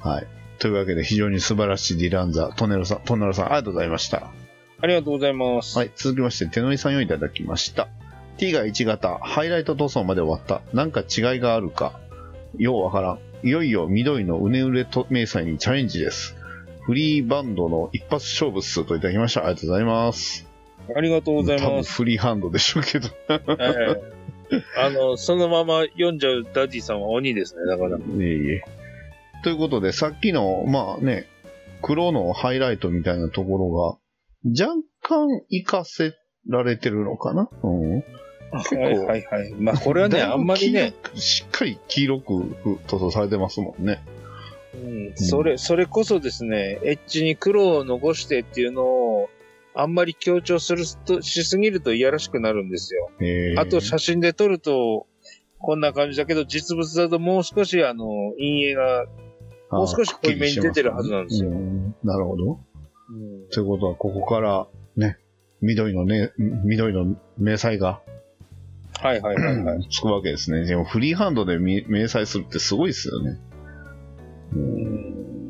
B: はい。というわけで、非常に素晴らしいディランザ、トネロさん、トンネロさん、ありがとうございました。
C: ありがとうございます。
B: はい、続きまして、手乗りさんをいただきました。T が1型、ハイライト塗装まで終わった。なんか違いがあるか。ようわからん。いよいよ緑のうねうれと迷彩にチャレンジです。フリーバンドの一発勝負っすといただきました。ありがとうございます。
C: ありがとうござい
B: 多分
C: ます。
B: フリーハンドでしょうけど。
C: ええあの、そのまま読んじゃうダディさんは鬼ですね、だか ら。
B: いえいえ。ということで、さっきの、まあね、黒のハイライトみたいなところが、若干活かせられてるのかなうん。構
C: はいはいはい。まあ、これはね、
B: だいぶ
C: あんまりね、
B: 黄色く。しっかり黄色く塗装されてますもんね。
C: うんそれ、それこそですね、エッジに黒を残してっていうのを、あんまり強調すると、しすぎるといやらしくなるんですよ。
B: えー
C: あと写真で撮ると、こんな感じだけど、実物だともう少しあの、陰影が、もう少し濃いめに出てるはずなんですよ。
B: うんなるほど。
C: うん
B: ということは、ここから、ね、緑のね、緑の迷彩が
C: はいはいはいはい。
B: つくわけですね。でも、フリーハンドでみ迷彩するってすごいですよね。うん。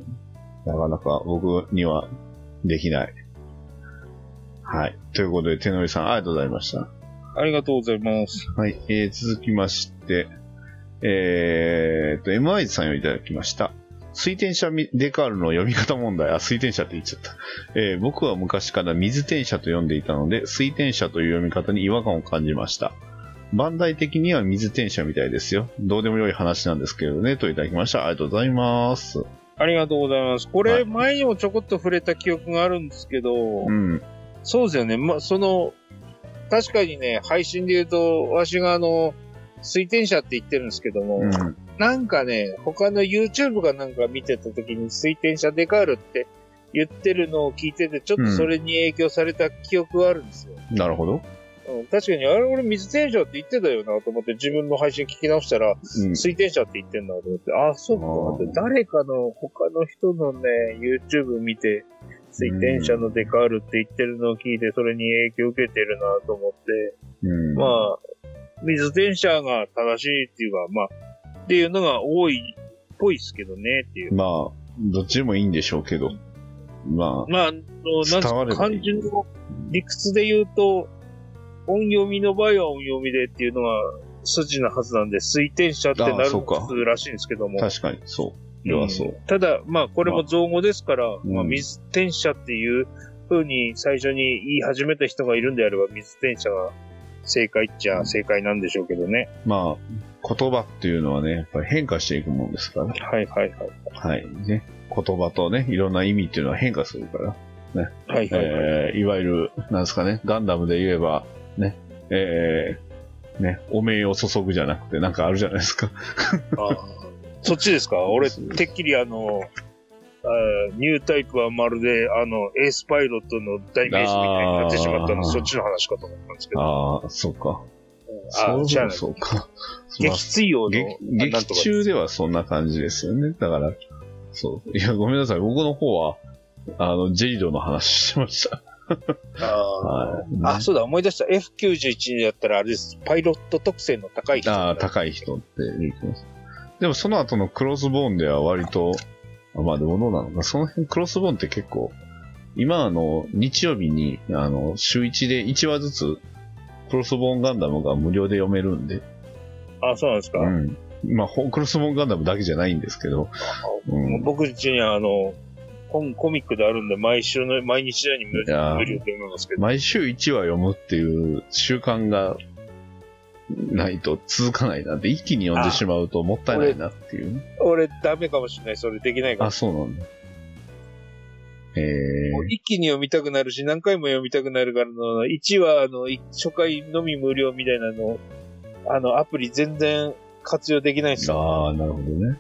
B: なかなか僕にはできない。はい。ということで、手のりさん、ありがとうございました。
C: ありがとうございます。
B: はい。えー、続きまして、えーっと、MI さんよりいただきました。水転写みデカールの読み方問題。あ、水転写って言っちゃった。えー僕は昔から水転写と読んでいたので、水転写という読み方に違和感を感じました。バンダイ的には水転写みたいですよ。どうでもよい話なんですけどね、といただきました。ありがとうございます。
C: ありがとうございます。こ
B: は
C: れ、
B: い
C: 前にもちょこっと触れた記憶があるんですけど
B: う、ん。
C: そうですよね。ま、その、確かにね、配信で言うと、わしがあの、水転写って言ってるんですけども、
B: うん。
C: なんかね、他の YouTube かなんか見てた時に水転写デカールって言ってるのを聞いてて、ちょっとそれに影響された記憶はあるんですよ。
B: なるほど。
C: うん、確かに、あれ俺水転写って言ってたよなと思って、自分の配信聞き直した
B: う
C: ら、
B: ん。
C: 水転写って言ってんだと思って、あ、そうかと思って
B: あー、
C: 誰かの他の人のね、YouTube 見て、水転写のデカールって言ってるのを聞いて、それに影響受けてるなと思って、
B: うん、
C: まあ、水転写が正しいっていうか、まあ、っていうのが多いっぽいですけどね、っていう。
B: まあ、どっちでもいいんでしょうけど。まあ、
C: まあ、あのなんす
B: 伝われ
C: か、
B: ばいい
C: 漢字の理屈で言うと、音読みの場合は音読みでっていうのが筋なはずなんで、水転写ってな
B: あー
C: る
B: そうから
C: しいんですけども。
B: 確かに、そう。要はそう。
C: ただ、まあ、これも造語ですから、まあ
B: うん
C: 水転写っていう風に最初に言い始めた人がいるんであれば、水転写が正解っちゃ正解なんでしょうけどね。
B: まあ、言葉っていうのはね、やっぱり変化していくもんですから。
C: はいはいはい。
B: はい。ね。言葉とね、いろんな意味っていうのは変化するから。
C: はいはいはい。
B: えー、いわゆる、なんですかね、ガンダムで言えば、ね、えー、ね、お名を注ぐじゃなくて、なんかあるじゃないですか。
C: あーそっちですか俺、
B: そう
C: てっきりあの、あーニュータイプはまるで、あの、エースパイロットの代名詞みたいになってしまったの
B: あ
C: で、
B: ー
C: そっちの話かと思ったんですけど。
B: ああ、そうか。
C: あ
B: そう
C: じゃあ、
B: そうか。まあ
C: 撃墜王の、
B: 劇
C: あなん
B: 劇
C: とか
B: 中ではそんな感じですよね。だから、そう。いや、ごめんなさい。僕の方は、あの、ジェリドの話してました。
C: あ
B: はい
C: ーあ、そうだ、思い出した。F91 だったらあれです。パイロット特性の高い人。
B: ああ、高い人って言ってます。でもその後のクロスボーンでは割と、あまあでもどうなのか、その辺クロスボーンって結構、今あの、日曜日に、あの、週1で1話ずつ、クロスボーンガンダムが無料で読めるんで、
C: あ、そうなんですか。
B: うん。まあ、ほクロスボーンガンダムだけじゃないんですけど、う。
C: もうん僕自身はあの、本コミックであるんで、毎週の、毎日のように無
B: いやー
C: 無料で読みますけど。
B: 毎週1話読むっていう習慣がないと続かないなって、一気に読んでしまうともったいないなっていうね。
C: 俺、ダメかもしれない。それできないか
B: あ、
C: ら。
B: そうなんだ。え
C: もう
B: ー、
C: 一気に読みたくなるし、何回も読みたくなるからの、1話、あの、い初回のみ無料みたいなの、あの、アプリ全然活用できないんですよ。
B: ああ、なるほどね。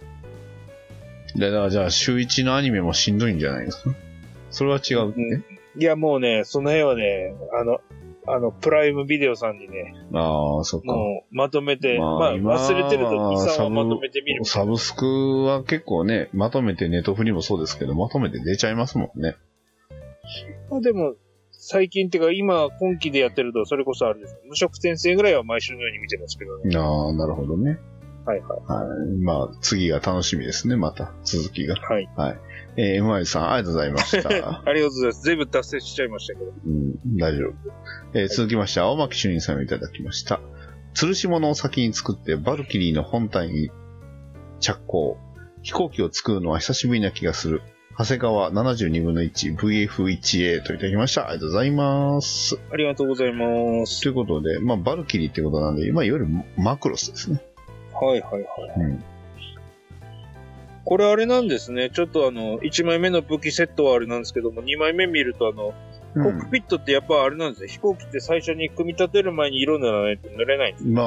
B: でだからじゃあ、週一のアニメもしんどいんじゃないですか それは違うってね。
C: いや、もうね、その辺はね、あの、あの、プライムビデオさんにね、
B: ああ、そっか。
C: もう、まとめて、
B: まあ
C: まあ、
B: 今は
C: 忘れてると、遺
B: サ
C: 産
B: ブ
C: をまとめてみる。
B: サブスクは結構ね、まとめてネットフリもそうですけど、まとめて出ちゃいますもんね。
C: まあでも、最近ってか、今、今期でやってると、それこそあれです。無職転生ぐらいは毎週のように見てますけどね。
B: ああ、なるほどね。
C: はいはい。
B: はい。まあ、次が楽しみですね、また、続きが。
C: はい。
B: えー、MI さん、ありがとうございました。
C: ありがとうございます。全部達成しちゃいましたけど。
B: うん、大丈夫。えー続きまして、青巻主任さんをいただきました。吊るし物を先に作って、バルキリーの本体に着工。飛行機を作るのは久しぶりな気がする。長谷川72分の 1VF1A といただきました。ありがとうございます。
C: ありがとうございます。
B: ということで、まあ、バルキリーってことなんで、まあ、いわゆるマクロスですね。
C: はいはいはい。
B: うん。
C: これあれなんですね。ちょっとあの、1枚目の武器セットはあれなんですけども、2枚目見るとあの、コックピットってやっぱあれなんですね。飛行機って最初に組み立てる前に色塗らないと塗れないんです。
B: まあ、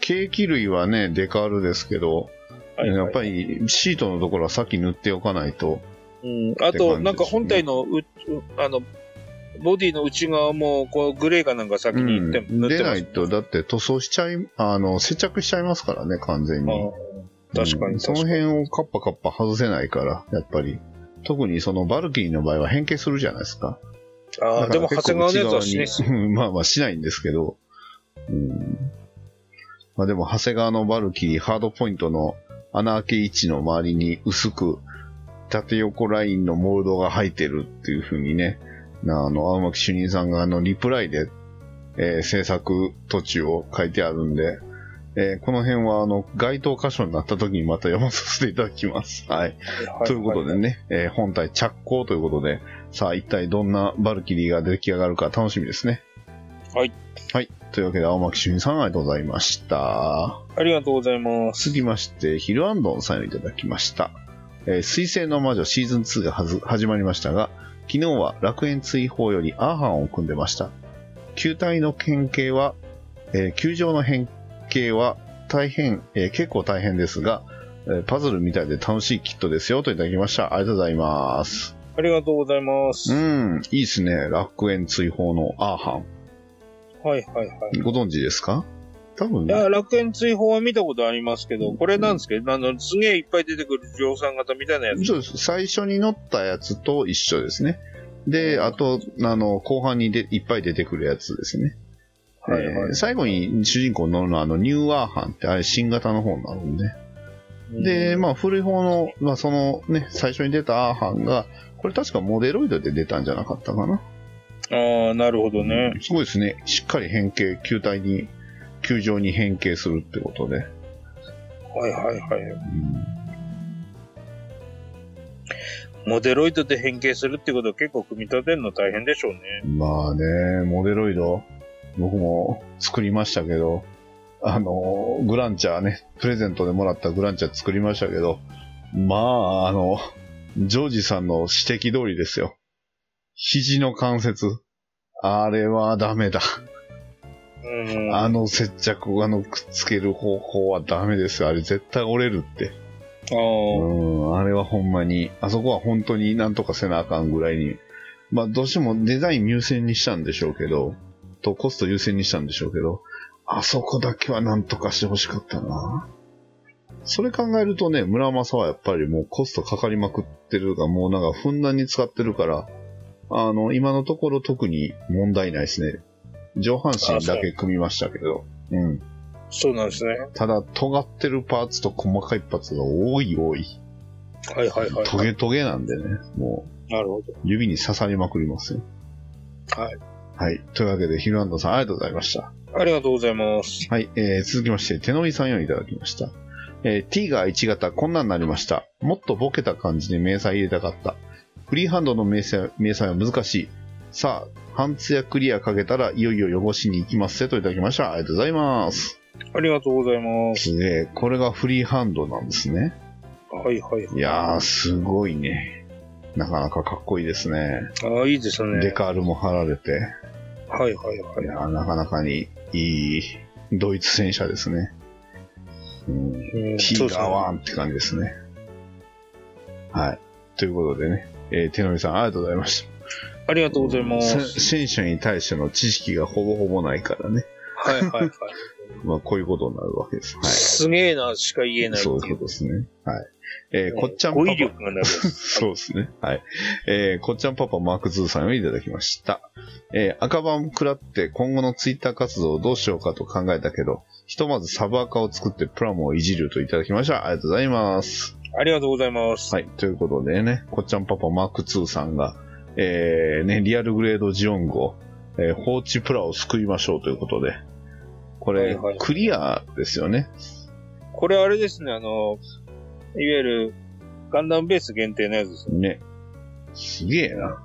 B: ケーキ類はね、デカールですけど、
C: はいはい
B: やっぱりシートのところは先塗っておかないと、
C: うん、あと、なんか本体のう、うあの、ボディの内側も、こう、グレーかなんか先に行って、
B: うん
C: 塗っ
B: 出
C: て
B: な
C: ま
B: い
C: す。
B: と、だって塗装しちゃい、あの、接着しちゃいますからね、完全に。
C: あー確か
B: うん
C: に
B: その
C: 確かに。
B: 辺をカッパカッパ外せないから、やっぱり。特にそのバルキリーの場合は変形するじゃないですか。
C: ああ、で
B: だ
C: も、長
B: から
C: 谷川のやつはしねえっ
B: 結
C: す
B: 構内側に うんまあまあしないんですけど。うん。まあでも、長谷川のバルキリー、ハードポイントの穴開け位置の周りに薄く縦横ラインのモールドが入ってるっていう風にね、なあの、青巻主任さんがあの、リプライで、えー制作途中を書いてあるんで、えーこの辺はあの、該当箇所になった時にまた読まさせていただきます。はい。ということでね、えー本体着工ということで、さあ一体どんなバルキリーが出来上がるか楽しみですね。
C: はい。
B: はい。というわけで、青巻主任さんありがとうございました。
C: ありがとうございます。
B: 続きまして、ヒルアンドンさんをいただきました。えー、水星の魔女シーズン2がはず始まりましたが、昨日は楽園追放よりアーハンを組んでました。球体の変形は、えー球場の変形は大変、えー結構大変ですが、えーパズルみたいで楽しいキットですよといただきました。ありがとうございます。
C: ありがとうございま
B: う
C: す。
B: ん、いいですね。楽園追放のアーハ
C: はいはいはい。
B: ン。ご存知ですか多分
C: いや、楽園追放は見たことありますけど、これなんですけど、あの、すげえいっぱい出てくる量産型みたいなやつ。
B: そうです。最初に乗ったやつと一緒ですね。で、あと、あの、後半にでいっぱい出てくるやつですね。
C: はいは
B: え
C: い
B: ー。最後に主人公に乗るのは、あの、ニューアーハンって、あれ、新型の方になるんで。で、
C: あ、
B: まあ、古い方の、まあ、そのね、最初に出たアーハンが、これ確かモデロイドで出たんじゃなかったかな。
C: ああ、なるほどね。
B: すごいですね。しっかり変形、球体に、球状に変形するってことで。
C: はいはいはい。
B: うん
C: モデロイドで変形するってことは結構組み立てるの大変でしょうね。
B: まあね、モデロイド、僕も作りましたけど、あの、グランチャーね、プレゼントでもらったグランチャー作りましたけど、まあ、あの、ジョージさんの指摘通りですよ。肘の関節。あれはダメだ。
C: うん。
B: あの接着、あのくっつける方法はダメですよ。あれ絶対折れるって。
C: あー
B: うん、あれはほんまに、あそこは本当になんとかせなあかんぐらいに、まあどうしてもデザイン優先にしたんでしょうけど、とコスト優先にしたんでしょうけど、あそこだけはなんとかしてほしかったな。それ考えるとね、村正はやっぱりもうコストかかりまくってるが、もうなんかふんだんに使ってるから、あの、今のところ特に問題ないですね。上半身だけ組みましたけど、うん。
C: そうなんですね。
B: ただ、尖ってるパーツと細かいパーツが多い多い。
C: はいはいはい。
B: トゲトゲなんでね、も
C: なるほど
B: う。指に刺さりまくりますよ。
C: はい。
B: はい。というわけで、ヒルアンドさんありがとうございました。
C: ありがとうございます。
B: はい。えー、続きまして、手のりさんよりいただきました。えー、T が1型こんなんなりました。もっとボケた感じで明細入れたかった。フリーハンドの明細明細は難しい。さあ、半ツヤクリアかけたらいよいよ汚しに行きますせといただきました。ありがとうございます。
C: ありがとうございます。
B: すげえ、これがフリーハンドなんですね。
C: はいはいはい
B: やー、すごいね。なかなかかっこいいですね。
C: い。ああ、いいですね。
B: デカールも貼られて、
C: はいはいはいい。
B: やーなかなかにいいドイツ戦車ですね。うん、
C: うん
B: ティ
C: そ
B: ーガ
C: うです
B: ー
C: ね
B: ワンって感じですね。はい。ということでね、えー手のりさんありがとうございまし
C: ありがとうございま
B: た。
C: す。
B: せ戦車に対しての知識がほぼほぼないからね、
C: はいはいはい。
B: まあこういうことになるわけです。はい。
C: すげえなしか言えないって
B: そ
C: いう
B: いう
C: う。
B: ことですね。はい。えーこっちゃんパ
C: 語
B: パ
C: 彙力がなる。
B: そうですね。はい。えー、こっちゃんパパマーク2さんをいただきました。えー、赤番食らって今後のツイッター活動をどうしようかと考えたけど、ひとまずサブアカを作ってプラモをいじるといただきました。ありがとうございます。
C: ありがとうございます。
B: はい。ということでね、こっちゃんパパマーク2さんが、えー、ね、リアルグレードジオン号、えー、放置プラを救いましょうということで、これ、
C: はいはい
B: クリアですよね。
C: これあれですね、あの、いわゆるガンダムベース限定のやつですね。
B: ね。すげえな。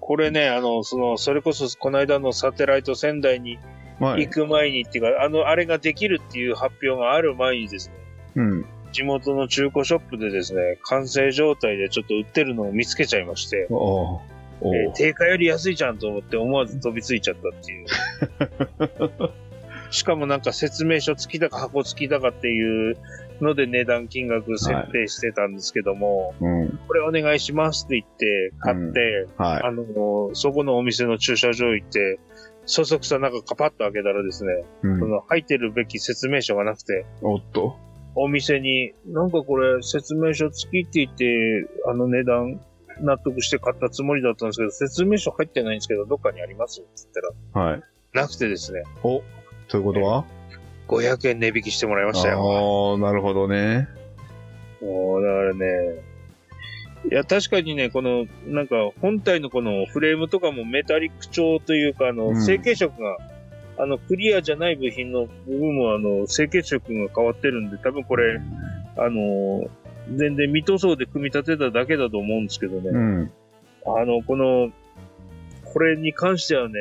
C: これね、あの、その、それこそ、この間のサテライト仙台に
B: は
C: 行
B: い。
C: く前にっていうか、あの、あれができるっていう発表がある前にですね、
B: うん。
C: 地元の中古ショップでですね、完成状態でちょっと売ってるのを見つけちゃいまして、
B: おおお
C: えー定価より安いじゃんと思って思わず飛びついちゃったっていう。 しかもなんか説明書付きだか箱付きだかっていうので値段金額設定してたんですけども、
B: うん。
C: これお願いしますって言って買って、
B: はい。
C: あの、そこのお店の駐車場行って、そそくさ中カパッと開けたらですね、
B: うん
C: その入ってるべき説明書がなくて、
B: おっと。
C: お店に、なんかこれ説明書付きって言って、あの値段納得して買ったつもりだったんですけど、説明書入ってないんですけど、どっかにありますって言った
B: はい。
C: ら、なくてですね、
B: おということは
C: 500円値引きしてもらいましたよ。
B: ああ、なるほどね。
C: もう、だからね、いや、確かにね、この、なんか、本体のこのフレームとかもメタリック調というか、あ
B: う
C: の、
B: ん
C: 成型色が、あの、クリアじゃない部品の部分も、あの、成型色が変わってるんで、多分これ、あの、全然未塗装で組み立てただけだと思うんですけど
B: う
C: ね。
B: ん。
C: あの、この、これに関してはね、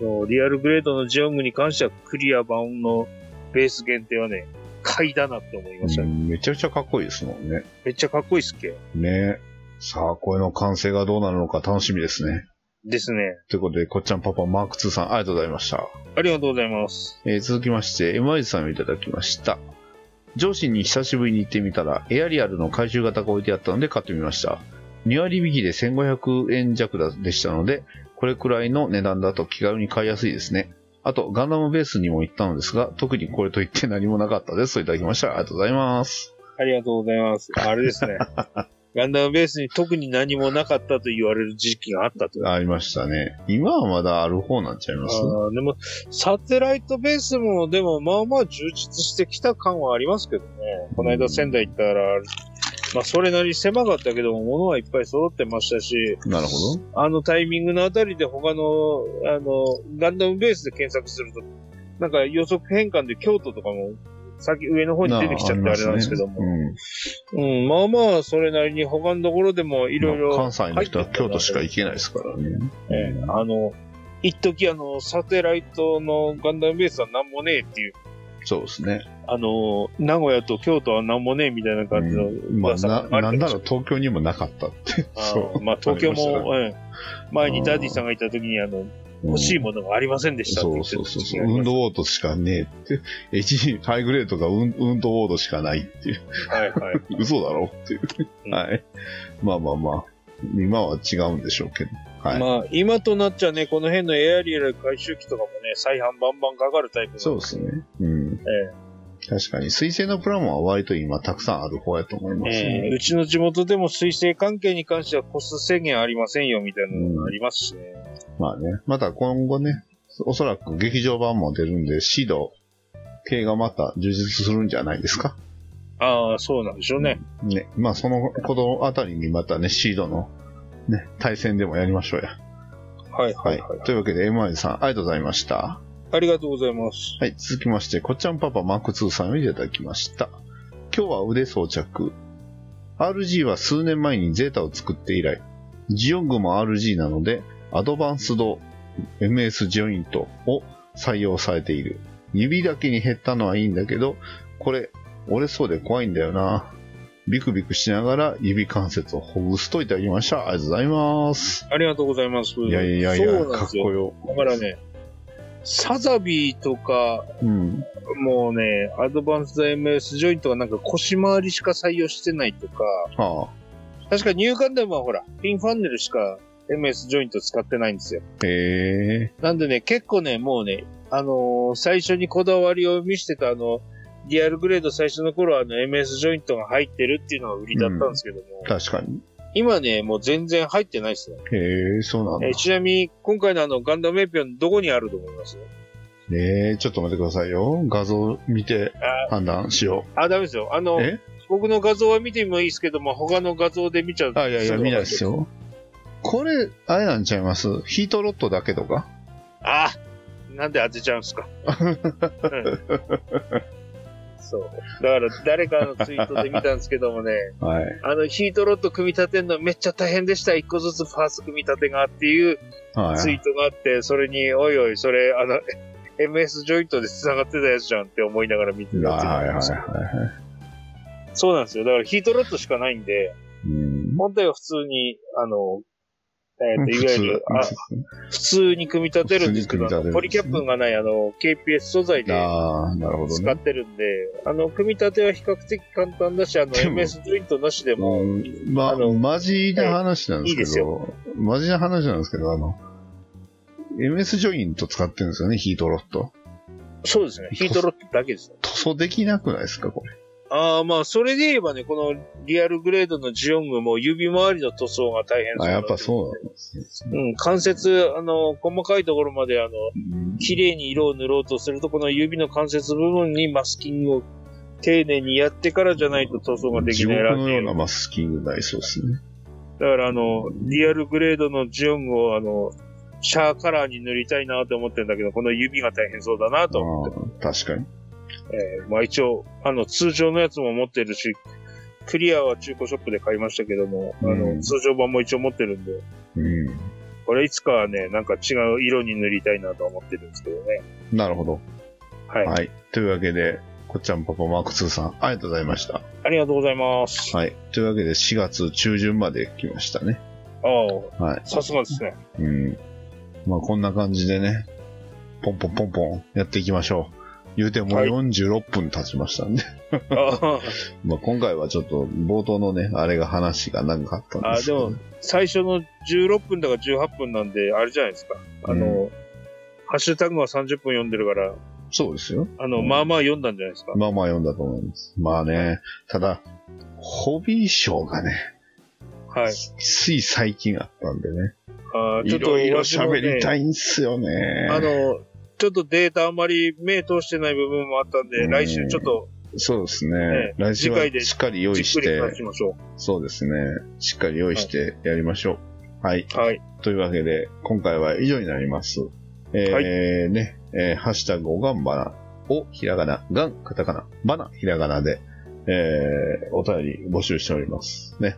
C: あのリアルグレードのジオングに関してはクリア版のベース限定はね、買いだなって思いました
B: う
C: ね。
B: んめちゃくちゃかっこいいですもんね。
C: めっちゃかっこいいっすっけ
B: ねさあ、これの完成がどうなるのか楽しみですね。
C: ですね。
B: ということで、こっちゃんパパマーク2さん、ありがとうございました。
C: ありがとうございます。
B: えー続きまして、m i さんをいただきました。上司に久しぶりに行ってみたら、エアリアルの回収型が置いてあったので買ってみました。2割引きで1500円弱でしたので、これくらいの値段だと気軽に買いやすいですね。あと、ガンダムベースにも行ったのですが、特にこれといって何もなかったです。といただきました。ありがとうございます。
C: ありがとうございます。あれですね。 ガンダムベースに特に何もなかったと言われる時期があったと。
B: ありましたね。今はまだある方なんちゃい
C: あ
B: ます
C: ーでも、サテライトベースも、でも、まあまあ充実してきた感はありますけどね。この間仙台行ったら、まあ、それなりに狭かったけども、物はいっぱい揃ってましたし、
B: なるほど。
C: あのタイミングのあたりで他の、あの、ガンダムベースで検索すると、なんか予測変換で京都とかも、先上の方に出てきちゃってあれなんですけども
B: あ。りま
C: うん、まあまあ、それなりに他のところでもい
B: したね
C: ろ
B: う
C: い
B: んまあ
C: ろ
B: 関、西の人は京都しか行けないですからね。
C: ええあの、一時あの、サテライトのガンダムベースはなんもねえっていう、
B: そうですね。
C: あの、名古屋と京都はなんもねえみたいな感じ
B: う
C: の
B: んまあ、
C: 噂が
B: な、な
C: あ
B: ん
C: りま
B: だ
C: し
B: ろ
C: た
B: う、東京にもなかったって。
C: あーまあ、東京も、ええ前にダディさんがいた時に、あの、
B: 欲
C: 欲しいものがありませんでしたって
B: そう
C: 言って
B: そ
C: た
B: うそうそう。
C: 時があり
B: 運
C: まし
B: 動ウォードしかねえって。一時、ハイグレードが運運動ウォードしかないっていう。
C: たはいはい。
B: 嘘だろっていうう。
C: ん
B: はい。まあまあまあ。今は違うんでしょうけど。はい。
C: まあ、今となっちゃね、この辺のエアリアル回収機とかもね、再販バンバンかかるタイプ
B: そうですね。うん。確かに、水星のプラモは割と今たくさんある方やと思います
C: ええ
B: ね。
C: うちの地元でも水星関係に関してはコスト制限ありませんよみたいなのがありますしね。
B: まあね。また今後ね、おそらく劇場版も出るんで、シド系がまた充実するんじゃないですか。
C: ああ、そうなんでしょうね。
B: ね、まあそのことあたりにまたね、シードの、ね、対戦でもやりましょうや。
C: はいは
B: はいい。
C: はい。
B: というわけで、MI さん、ありがとうございました。
C: ありがとうございます。
B: はい、続きまして、こっちゃんパパマーク2さんをいただきました。今日は腕装着。RG は数年前にゼータを作って以来、ジオングも RG なので、アドバンスド MS ジョイントを採用されている。指だけに減ったのはいいんだけど、これ、折れそうで怖いんだよな。ビクビクしながら指関節をほぐすといただきました。ありがとうございます。
C: ありがとうございます。
B: いやいやいや、
C: そうなん
B: か
C: で
B: っ
C: す
B: こ
C: よ。
B: よ。
C: だからね、サザビーとか、
B: うん。
C: もうね、アドバンスド MS ジョイントはなんか腰回りしか採用してないとか、
B: はあ。
C: 確かニューガンダムはほら、ピンファンネルしか MS ジョイント使ってないんですよ。
B: へえ。
C: なんでね、結構ね、もうね、あのー最初にこだわりを見せてたあの、リアルグレード最初の頃はあの MS ジョイントが入ってるっていうのが売りだったんですけども、
B: 確かに。
C: 今ね、もう全然入ってないですね。
B: へえ、そうなんだ
C: えー。ちなみに、今回のあの、ガンダムエピオンどこにあると思います
B: えー、ちょっと待ってくださいよ。画像見て判断しよ
C: あ、ダメですよ。あの
B: え、
C: 僕の画像は見てもいいですけども、他の画像で見ちゃう
B: う。
C: と
B: あ、いやいや、
C: ぐ
B: 見
C: わ
B: ない
C: か
B: で
C: っち
B: す
C: ゃう。
B: よ。これ、あれなんちゃいますヒートロットだけとか
C: あなんで当てちゃうんですか。うんそう。だから誰かのツイートで見たんですけどもね、
B: はい。
C: あのヒートロッド組み立てるのめっちゃ大変でした。一個ずつパース組み立てがっていう
B: はい。
C: ツイートがあって、それに、おいおい、それ、あの、MS ジョイントで繋がってたやつじゃんって思いながら見てたっていうのがあ
B: はい
C: り
B: はい
C: ました
B: は
C: そうなんですよ。だからヒートロッドしかないんで、
B: い。うん
C: 問題は普通に、あの、えっ、と、いわゆる、あ
B: 普通
C: 普通に組み立てるんですけ
B: 普通に組み
C: ど、
B: 立てるんですね
C: ポリキャップがない、あの、KPS 素材で
B: ああ、なるほど
C: 使っ
B: ね。
C: てるんで、あの、組み立ては比較的簡単だし、あの、
B: でも
C: MS ジョイントなしでも、
B: うんま
C: あの
B: マジな話なん
C: いいで
B: です
C: す
B: けど、マジな話なんですけど、あの、MS ジョイント使ってるんですよね、ヒートロット。
C: そうですね、ヒートロッドだけですね。
B: 塗装できなくないですか、これ。
C: ああ、まあ、それで言えばね、このリアルグレードのジオングも指周りの塗装が大変
B: あ、やっぱ
C: う
B: そうなんですね。
C: な。うん、関節、あの、細かいところまで、あの、綺麗に色を塗ろうとすると、この指の関節部分にマスキングを丁寧にやってからじゃないと塗装がで
B: 地
C: きな
B: 獄
C: いらしい
B: のようなマスキングになりそうですね。
C: だからあの、リアルグレードのジオングをあの、シャーカラーに塗りたいなと思ってるんだけど、この指が大変そうだなと思って、
B: ああ確かに。
C: えーまあ一応、あの、通常のやつも持ってるし、クリアは中古ショップで買いましたけども、あの、
B: うん
C: 通常版も一応持ってるんで、
B: うん。
C: これいつかはね、なんか違う色に塗りたいなとは思ってるんですけどね。
B: なるほど。
C: はい。
B: はい。というわけで、こっちゃんパパマーク2さん、ありがとうございました。
C: ありがとうございます。
B: はい。というわけで、4月中旬まで来ましたね。
C: ああ、
B: はい。
C: さすがですね。
B: うん。まあ、こんな感じでね、ポンポンポンポンやっていきましょう。言うてもう
C: はい
B: 46分経ちましたんで。
C: ああ、
B: まあ、今回はちょっと冒頭のね、あれが話が長かったんですけど、
C: あで 最初の16分だか18分なんで、あれじゃないですか。あ
B: う
C: の、ハッシュタグは30分読んでるから、
B: そうですよ。
C: あの、
B: うん
C: まあまあ読んだんじゃないですか。
B: まあまあ読んだと思います。まあね、ただ、ホビー賞がね、
C: はい。
B: つい最近あったんでね。
C: あー
B: いろいろ
C: 私もね
B: 喋りたいんすよね。
C: あの、ちょっとデータあんまり目通してない部分もあったんで、
B: うん
C: 来週ちょっと
B: そうですね。
C: ええ
B: 来週は
C: 次回で
B: しっかり用
C: じ
B: 意
C: っく
B: し
C: り
B: て
C: 話、しましょ
B: そうですね。しっかり用意してやりましょう。はい。
C: う。はい。
B: というわけで、今回は以上になります。えー
C: はい
B: ね、えーハッシュタグおがんばなをひらがな、がんカタカナ、ばなひらがなで、えーお便り募集しております。ね。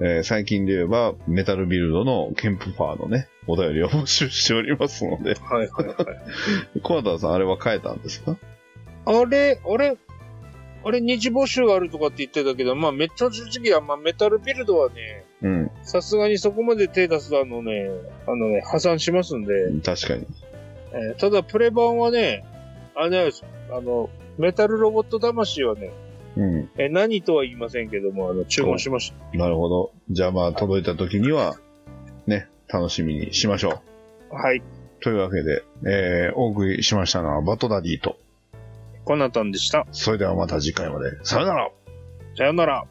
B: えー最近で言えば、メタルビルドのケンプファーのね、お便りを募集しておりますので、
C: はいはいはい。
B: コアタさんあれは変えたんですか
C: あれ、あれ、あれ、二次募集あるとかって言ってたけど、まあ、めっちゃ正直、まあ、メタルビルドはね、
B: うん、
C: さすがにそこまで手出すとあのね、あのね、破産しますんで、
B: 確かに。
C: えーただプレ版はね、あれなんですあの、メタルロボット魂はね、
B: うん。
C: えー何とは言いませんけども、あの、注文しました。
B: なるほど。じゃあまあ届いた時には、ね、楽しみにしましょ
C: はい、
B: う。というわけで、えー、お送りしましたのはバトダディと、
C: コナタンでした。
B: それではまた次回まで。さよなら
C: さよなら。